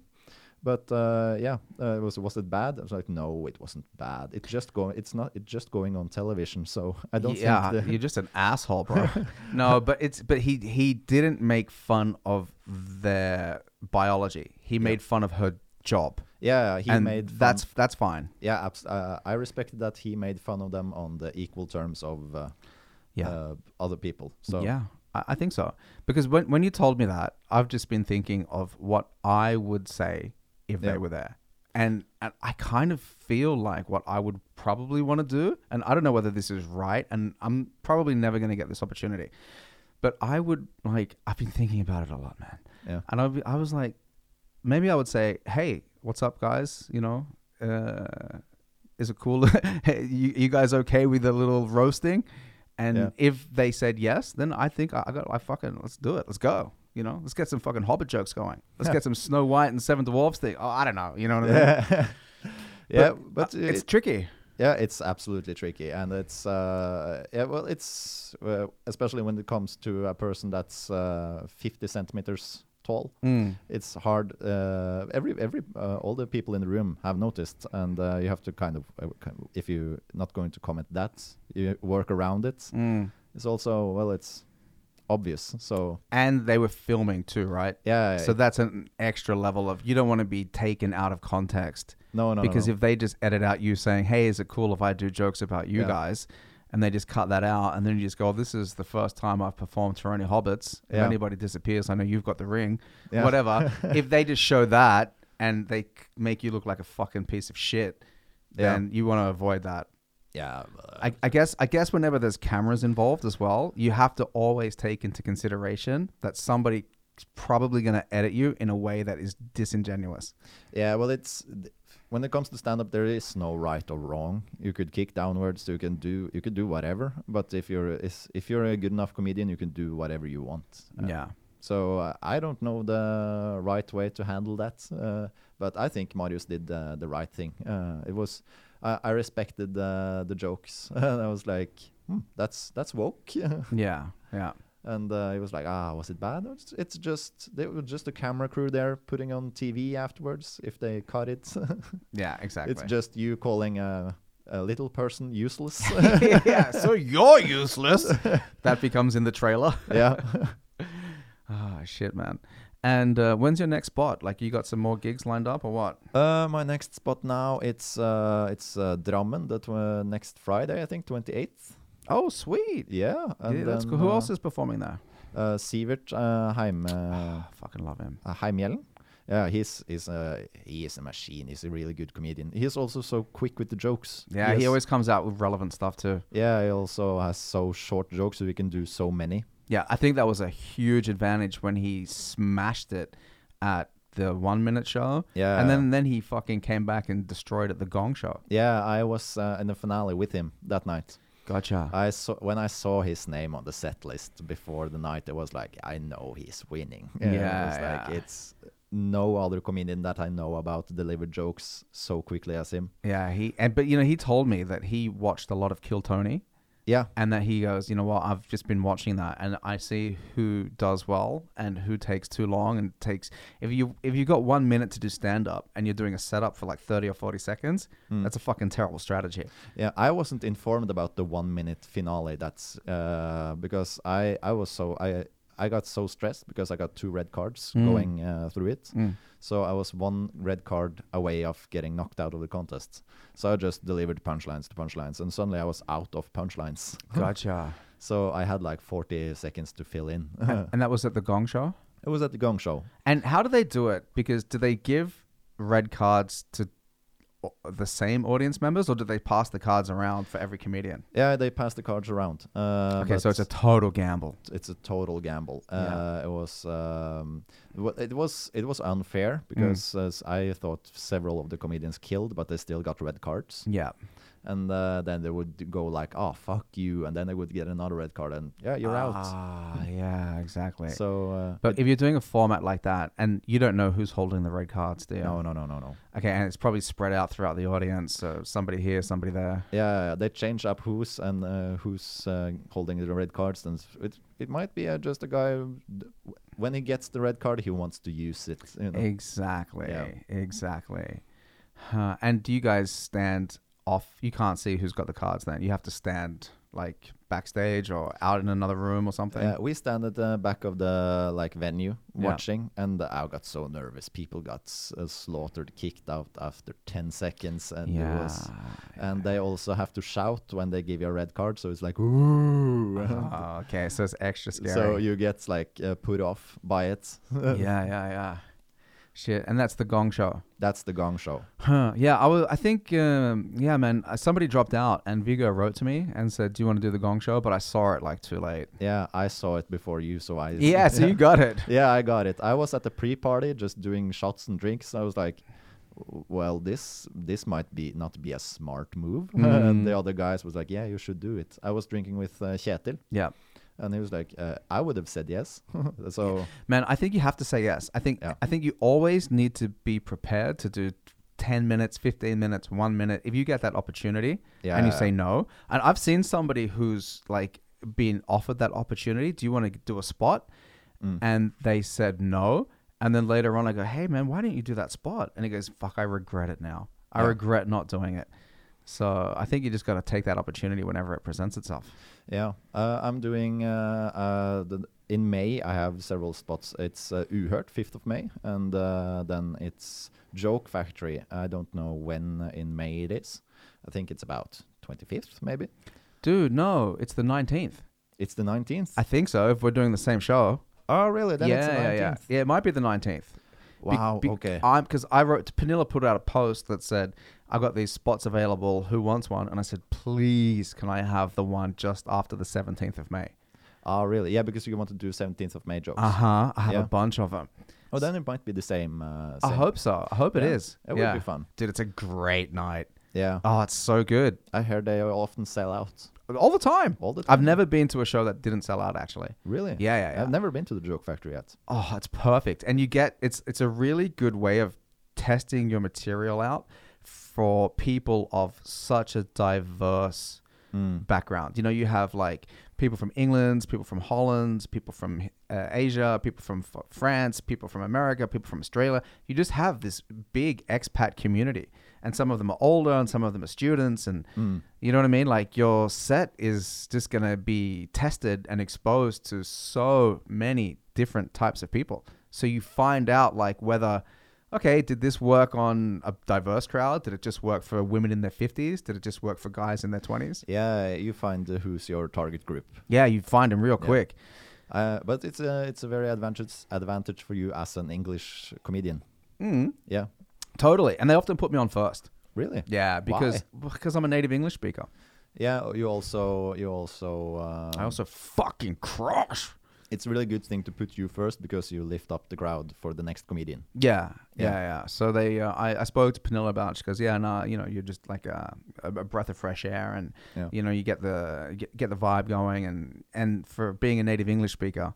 B: But uh, yeah, uh, it was was it bad? I was like, "No, it wasn't bad. It's just going. It's not. It's just going on television. So I don't
A: yeah,
B: think the,
A: you're just an asshole, bro. no, but it's but he he didn't make fun of their biology. He made fun of her job,
B: yeah he
A: and
B: made fun-
A: that's that's fine.
B: yeah abs- uh, I respected that he made fun of them on the equal terms of uh,
A: Yeah.
B: uh, other people. So
A: yeah, I, I think so. Because when when you told me that, I've just been thinking of what I would say if
B: Yeah.
A: they were there, and and I kind of feel like what I would probably want to do, and I don't know whether this is right, and I'm probably never going to get this opportunity, but I would like I've been thinking about it a lot, man.
B: yeah,
A: And I, I was like, maybe I would say, hey, what's up, guys? You know, uh, is it cool? you, you guys okay with a little roasting? And
B: Yeah.
A: if they said yes, then I think I, I got, I fucking, let's do it. Let's go. You know, let's get some fucking Hobbit jokes going. Let's get some Snow White and Seven Dwarfs thing. Oh, I don't know. You know what I mean?
B: yeah, yeah. But,
A: uh,
B: it-
A: it's tricky.
B: yeah, it's absolutely tricky, and it's uh, yeah, well, it's uh, especially when it comes to a person that's uh, fifty centimeters tall.
A: Mm.
B: It's hard. Uh, every every uh, all the people in the room have noticed, and uh, you have to kind of uh, kind of- if you're not going to comment that, you work around it.
A: Mm.
B: It's also well, it's obvious. So
A: And they were filming too, right?
B: yeah,
A: So
B: it-
A: that's an extra level of you don't want to be taken out of context.
B: no, no,
A: because
B: no, no.
A: if they just edit out you saying, "Hey, is it cool if I do jokes about you
B: Yeah.
A: guys?" and they just cut that out, and then you just go, oh, "This is the first time I've performed for any hobbits. If
B: Yeah.
A: anybody disappears, I know you've got the ring.
B: Yeah.
A: Whatever." if they just show that and they c- make you look like a fucking piece of shit,
B: Yeah.
A: then you want to avoid that.
B: yeah, uh,
A: I, I guess I guess whenever there's cameras involved as well, you have to always take into consideration that somebody's probably going to edit you in a way that is disingenuous.
B: Yeah, well, it's th- when it comes to stand up, there is no right or wrong. You could kick downwards. You can do you could do whatever. But if you're is, if you're a good enough comedian, you can do whatever you want. Uh,
A: yeah.
B: So uh, I don't know the right way to handle that, uh, but I think Marius did uh, the right thing. Uh, it was I I respected uh, the jokes. and I was like, hmm, that's that's woke.
A: Yeah. Yeah.
B: And uh, he was like, ah, was it bad? It's, it's just they were just a camera crew there putting on TV afterwards if they cut it.
A: Yeah, exactly.
B: It's just you calling a, a little person useless.
A: yeah, so you're useless. that becomes in the trailer.
B: yeah.
A: Ah, shit, man. And uh, when's your next spot? Like, you got some more gigs lined up or what?
B: Uh, my next spot now it's uh, it's uh, Drammen that uh, next Friday I think 28th.
A: Oh, sweet.
B: Yeah.
A: Yeah, that's
B: then,
A: cool. Who
B: uh,
A: else is performing there?
B: Uh, Sivert uh, Heim uh,
A: I fucking love him.
B: uh, Heimjellen. Yeah, he's he's uh, he is a machine. He's a really good comedian. He's also so quick with the jokes.
A: Yeah, he
B: has-
A: always comes out with relevant stuff too.
B: yeah. He also has so short jokes, so we can do so many.
A: Yeah, I think that was a huge advantage when he smashed it at the one minute show.
B: Yeah.
A: And then, then he fucking came back and destroyed at the gong show.
B: Yeah, I was uh, in the finale with him that night.
A: Gotcha.
B: I saw when I saw his name on the set list before the night. I was like, I know he's winning. Uh,
A: Yeah,
B: it's
A: yeah.
B: like it's no other comedian that I know about deliver jokes so quickly as him.
A: yeah, he, and, but you know, he told me that he watched a lot of Kill Tony.
B: Yeah,
A: and that he goes, you know what, I've just been watching that and I see who does well and who takes too long and takes if you if you got one minute to do stand up and you're doing a setup for like thirty or forty seconds,
B: Hmm.
A: that's a fucking terrible strategy.
B: yeah. I wasn't informed about the one minute finale. That's uh, because I I was so I. I got so stressed because I got two red cards
A: Mm.
B: going uh, through it. So I was one red card away of getting knocked out of the contest. So I just delivered punchlines to punchlines, and suddenly I was out of punchlines.
A: Hmm. Gotcha.
B: So I had like 40 seconds to fill in.
A: and that was at the Gong Show.
B: it was at the Gong Show.
A: And how do they do it? Because do they give red cards to o- the same audience members, or do they pass the cards around for every comedian?
B: Yeah, they passed the cards around. Uh,
A: Okay,
B: but
A: so it's a total gamble.
B: it's a total gamble. Uh, It was um, wa- it was it was
A: Mm.
B: unfair because as I thought several of the comedians killed, but they still got red cards.
A: Yeah.
B: And uh, then they would go like, "Oh fuck you," and then they would get another red card, and yeah, you're out.
A: Ah, yeah, exactly.
B: So uh,
A: But if you're doing a format like that and you don't know who's holding the red cards, do you?
B: no, no, no, no, no.
A: Okay, and it's probably spread out throughout the audience. So somebody here, somebody there.
B: Yeah, they change up who's and uh, who's uh, holding the red cards, and it it might be uh, just a guy. who d- When he gets the red card, he wants to use it. You know?
A: Exactly.
B: Yeah.
A: Exactly. Huh. And do you guys stand off? You can't see who's got the cards then. You have to stand like backstage or out in another room or something.
B: Yeah, we stand at the back of the like venue
A: Yeah.
B: watching, and I got so nervous. People got s- uh, slaughtered, kicked out after ten seconds, and it was. And they also have to shout when they give you a red card, so it's like ooh.
A: Oh, okay, so it's extra scary.
B: so you get like uh, put off by it.
A: yeah, yeah, yeah. Shit. And that's the gong show.
B: That's the gong show.
A: Huh. Yeah, I was. I think. Um, yeah, man. uh, Somebody dropped out, and Vigo wrote to me and said, "Do you want to do the Gong Show?" But I saw it like too late.
B: Yeah, I saw it before you, so I
A: Yeah, so you got it.
B: yeah, I got it. I was at the pre-party just doing shots and drinks. I was like, "W- well, this this might be not be a smart move. and
A: Hmm.
B: the other guys was like, yeah, you should do it. I was drinking with uh, Kjetil,
A: Yeah,
B: and he was like, uh, I would have said yes. so
A: man. I think you have to say yes. I think.
B: Yeah.
A: I think you always need to be prepared to do. 10 minutes, 15 minutes, one minute. If you get that opportunity and you
B: Yeah.
A: say no, and I've seen somebody who's like been offered that opportunity, do you want to do a spot?
B: mm.
A: And they said no. And then later on, I go, hey, man, why didn't you do that spot? And he goes, fuck, I regret it now. I regret not doing it. So I think you just got to take that opportunity whenever it presents itself.
B: yeah, uh, I'm doing uh, uh, the, in May. I have several spots. It's uh, Uhurt, fifth of May, and uh, then it's Joke Factory. I don't know when in May it is. I think it's about 25th, maybe.
A: Dude, no, it's the 19th.
B: It's the 19th.
A: I think so, if we're doing the same show.
B: Oh, really? Then
A: yeah,
B: it's the 19th.
A: yeah, yeah. Yeah, it might be the 19th. Be-
B: Wow,
A: be- uh,
B: okay.
A: I'm because I wrote Panilla put out a post that said I've got these spots available. Who wants one? And I said, please, can I have the one just after the 17th of May?
B: oh, really? Yeah, because you want to do 17th of May jokes.
A: Uh huh. I have
B: Yeah.
A: a bunch of them.
B: Oh, then it might be the same. Uh,
A: I
B: same.
A: hope so. I hope it
B: Yeah,
A: is.
B: it would
A: Yeah.
B: be fun.
A: dude. It's a great night.
B: Yeah.
A: Oh, it's so good
B: I heard they often sell out.
A: all the time.
B: All the
A: I've
B: time.
A: never been to a show that didn't sell out. Actually,
B: Really?
A: Yeah, yeah, yeah.
B: I've never been to the Joke Factory yet.
A: oh, it's perfect. And you get it's it's a really good way of testing your material out for people of such a diverse
B: Mm.
A: background. You know, you have like people from England, people from Holland, people from uh, Asia, people from f- France, people from America, people from Australia. You just have this big expat community. And some of them are older and some of them are students. And
B: Mm.
A: you know what I mean? Like your set is just going to be tested and exposed to so many different types of people. So you find out like whether, okay, did this work on a diverse crowd? Did it just work for women in their 50s? Did it just work for guys in their 20s?
B: Yeah, you find uh, who's your target group.
A: Yeah, you find them real
B: Yeah.
A: quick.
B: Uh, but it's a it's a very advantage advantage for you as an English comedian.
A: Mm,
B: Yeah,
A: totally. And they often put me on first.
B: really.
A: Yeah, because because I'm a native English speaker.
B: Yeah, you also you also. Uh,
A: I also fucking crush.
B: It's a really good thing to put you first because you lift up the crowd for the next comedian.
A: Yeah, yeah,
B: Yeah.
A: yeah. So they, uh, I, I spoke to Penilla about. it. She goes, "Yeah, nah, you know, you're just like a, a a breath of fresh air, and
B: Yeah.
A: you know, you get the get, get the vibe going, and and for being a native English speaker,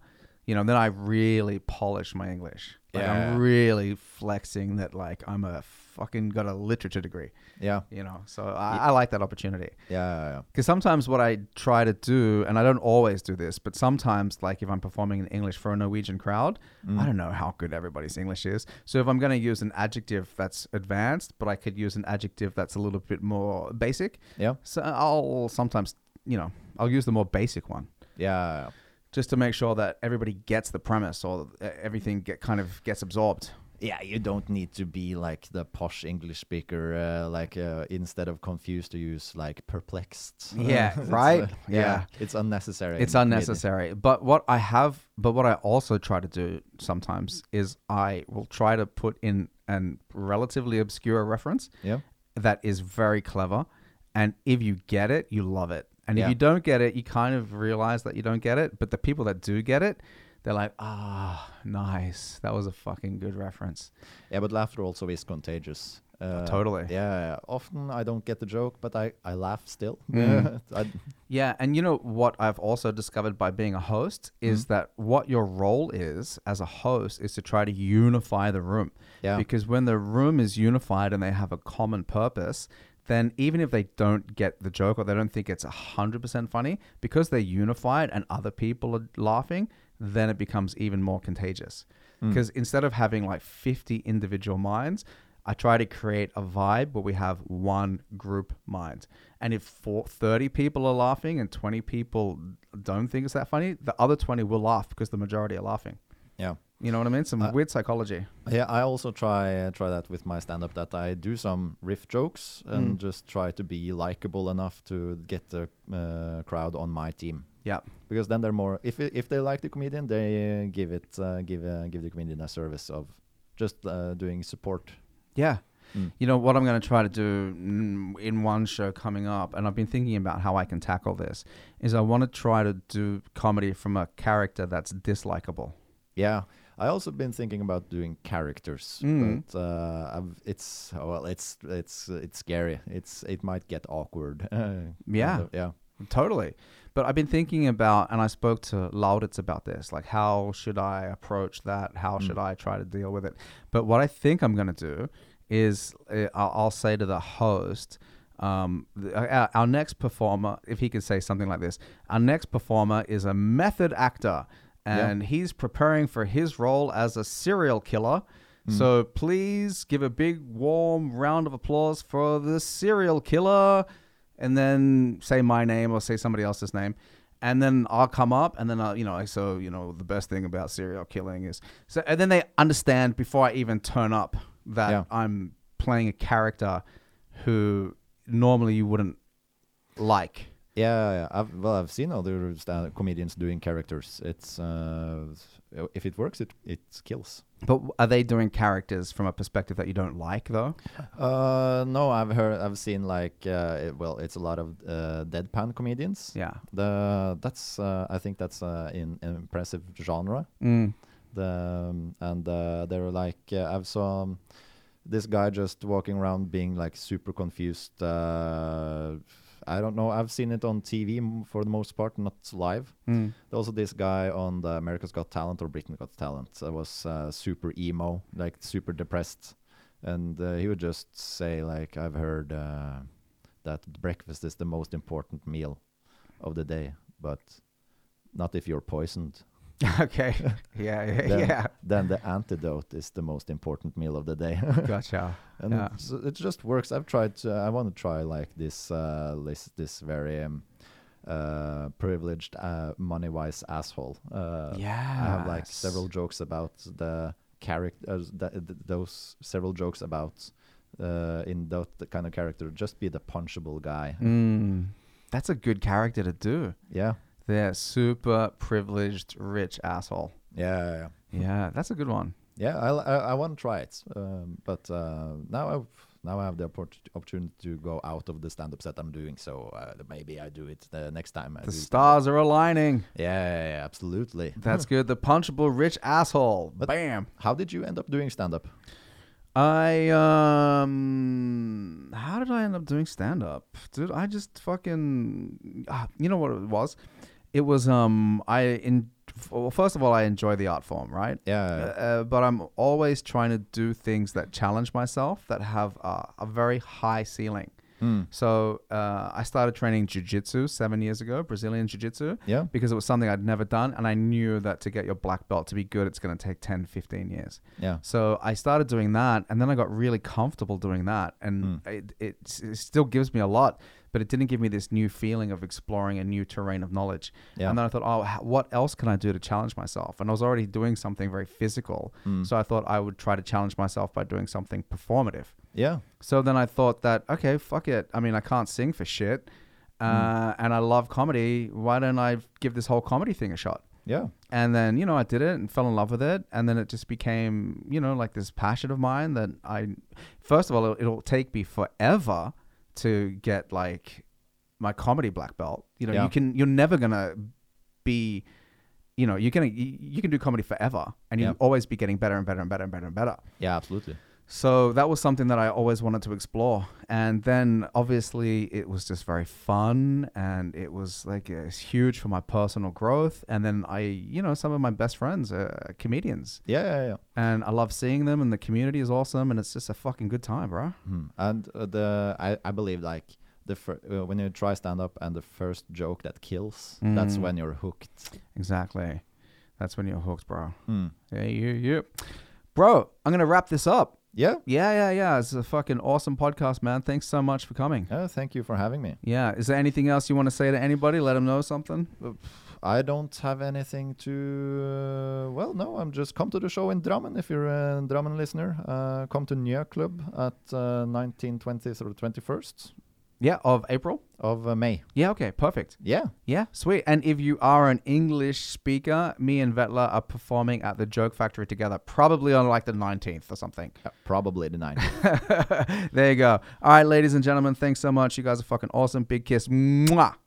A: you know, then I really polish my English. Like
B: Yeah.
A: I'm really flexing that, like I'm a fucking got a literature degree,
B: Yeah,
A: you know. So I, I like that opportunity.
B: yeah, yeah.
A: Because sometimes what I try to do, and I don't always do this, but sometimes, like if I'm performing in English for a Norwegian crowd, I don't know how good everybody's English is. So if I'm going to use an adjective that's advanced, but I could use an adjective that's a little bit more basic,
B: yeah,
A: so I'll sometimes, you know, I'll use the more basic one
B: yeah, yeah.
A: just to make sure that everybody gets the premise or uh, everything get kind of gets absorbed.
B: Yeah, you don't need to be like the posh English speaker. Uh, like uh, instead of confused, to use like perplexed.
A: Yeah,
B: It's,
A: right?
B: uh, yeah.
A: Yeah.
B: it's unnecessary.
A: It's
B: in comedy.
A: unnecessary. But what I have, but what I also try to do sometimes is I will try to put in an relatively obscure reference
B: Yeah,
A: that is very clever, and if you get it, you love it. And if
B: Yeah.
A: you don't get it, you kind of realize that you don't get it. But the people that do get it, they're like, ah, nice. That was a fucking good reference.
B: yeah, but laughter also is contagious. Uh,
A: totally.
B: Yeah, often I don't get the joke, but I, I laugh still.
A: Mm.
B: I,
A: Yeah, and you know what I've also discovered by being a host is
B: Mm-hmm.
A: that what your role is as a host is to try to unify the room.
B: Yeah.
A: Because when the room is unified and they have a common purpose, then even if they don't get the joke or they don't think it's 100% funny, because they're unified and other people are laughing, then it becomes even more contagious. Because instead of having like 50 individual minds, I try to create a vibe where we have one group mind. And if four, 30 people are laughing and 20 people don't think it's that funny, the other 20 will laugh because the majority are laughing.
B: yeah.
A: You know what I mean? Some weird psychology.
B: Yeah, I also try uh, try that with my stand up that I do some riff jokes
A: Mm.
B: and just try to be likable enough to get the uh, crowd on my team
A: Yeah.
B: because then they're more if i- if they like the comedian they uh, give it uh, give uh, give the comedian a service of just uh, doing support.
A: Yeah.
B: Mm.
A: You know what I'm going to try to do mm, in one show coming up, and I've been thinking about how I can tackle this, is I want to try to do comedy from a character that's dislikable.
B: Yeah. I also been thinking about doing characters,
A: Mm.
B: but uh, I've, it's oh, well, it's it's it's scary. It's it might get awkward. kind
A: Yeah.
B: of, yeah.
A: Totally. But I've been thinking about, and I spoke to Lauditz about this, like how should I approach that? How should I try to deal with it? But what I think I'm going to do is uh, I'll, I'll say to the host, um, th- our, our next performer, if he could say something like this, our next performer is a method actor
B: Yeah.
A: and he's preparing for his role as a serial killer. So please give a big warm round of applause for the serial killer and then say my name or say somebody else's name. And then I'll come up and then I'll, you know, so, you know, the best thing about serial killing is so, and then they understand before I even turn up that
B: Yeah.
A: I'm playing a character who normally you wouldn't like.
B: Yeah, yeah. I've, well, I've seen other stand- comedians doing characters. It's uh, s- if it works, it it kills.
A: But are they doing characters from a perspective that you don't like though?
B: Uh, no, I've heard, I've seen like, uh, it- well, it's a lot of uh, deadpan comedians.
A: Yeah.
B: The that's uh, I think that's uh, in an impressive genre.
A: Mm.
B: The um, and uh, they were like, uh, I've saw um, this guy just walking around being like super confused. Uh, I don't know. I've seen it on TV m- for the most part, not live.
A: Mm.
B: There was also this guy on the America's Got Talent or Britain Got Talent that was uh, super emo, like super depressed, and uh, he would just say like, "I've heard uh, that breakfast is the most important meal of the day, but not if you're poisoned.
A: okay. Yeah. Yeah.
B: Then-
A: yeah.
B: Then the antidote is the most important meal of the day.
A: Gotcha.
B: and
A: Yeah.
B: so it just works. I've tried. To, I want to try like this uh, list, this very um, uh, privileged, uh, money-wise asshole. Uh, I have like several
A: Yes.
B: jokes about the characters. Th- th- those several jokes about uh, in that the kind of character. Just be the punchable guy.
A: Mm, that's a good character to do.
B: Yeah.
A: They're super privileged, rich asshole.
B: Yeah. Yeah.
A: Yeah, that's a good one.
B: Yeah, I I, I want to try it, um, but uh, now I now I have the oppor- opportunity to go out of the stand-up set I'm doing, so uh, maybe I do it the next time. I
A: The
B: do it.
A: stars are aligning.
B: Yeah, yeah, yeah, absolutely.
A: That's good. The punchable rich asshole.
B: But-
A: Bam.
B: How did you end up doing stand-up?
A: I um how did I end up doing stand up? Dude, I just fucking ah, you know what it was? It was um I in well, first of all I enjoy the art form, right?
B: Yeah,
A: Uh, but I'm always trying to do things that challenge myself that have uh, a very high ceiling.
B: Hmm.
A: So uh, I started training jiu-jitsu seven years ago, Brazilian jiu-jitsu,
B: yeah,
A: because it was something I'd never done. And I knew that to get your black belt to be good, it's going to take 10, 15 years.
B: yeah.
A: So I started doing that, and then I got really comfortable doing that, and it, it, s- it still gives me a lot, but it didn't give me this new feeling of exploring a new terrain of knowledge.
B: Yeah.
A: And then I thought, oh, h- what else can I do to challenge myself? And I was already doing something very physical, so I thought I would try to challenge myself by doing something performative.
B: Yeah,
A: So then I thought that okay, fuck it. I mean, I can't sing for shit, uh, and I love comedy. Why don't I give this whole comedy thing a shot?
B: yeah,
A: And then, you know, I did it and fell in love with it. And then it just became, you know, like this passion of mine that I, first of all, it'll, it'll take me forever to get like my comedy black belt. You know,
B: Yeah.
A: you can, you're never going to be, you know, you're going to, you, you can do comedy forever and you'll
B: Yeah.
A: always be getting better and better and better and better and better.
B: yeah, absolutely.
A: So that was something that I always wanted to explore. And then obviously it was just very fun and it was like it's huge for my personal growth. And then I, you know, some of my best friends are uh, comedians
B: Yeah, yeah, yeah.
A: and I love seeing them and the community is awesome and it's just a fucking good time, bro.
B: Hmm. And uh, the I, I believe like the fir- uh, when you try stand-up and the first joke that kills, that's
A: Mm.
B: when you're hooked.
A: Exactly. That's when you're hooked, bro.
B: Hmm.
A: Yeah, you, you. Bro, I'm going to wrap this up.
B: Yeah.
A: Yeah, yeah, yeah. It's a fucking awesome podcast, man. Thanks so much for coming.
B: Yeah. uh, Thank you for having me.
A: Yeah. Is there anything else you want to say to anybody? Let them know something.
B: I don't have anything to. Uh, well, no, I'm just come to the show in Drammen if you're a Drammen listener. Uh, come to Njø Club at uh, 19th, 20th, or 21st
A: Yeah, of April.
B: of uh, May.
A: Yeah, okay, perfect.
B: Yeah.
A: Yeah, sweet. And if you are an English speaker, me and Vetla are performing at the Joke Factory together, probably on like the 19th or something.
B: Uh, probably the 9th.
A: there you go. All right, ladies and gentlemen, thanks so much. You guys are fucking awesome. Big kiss. Mwah.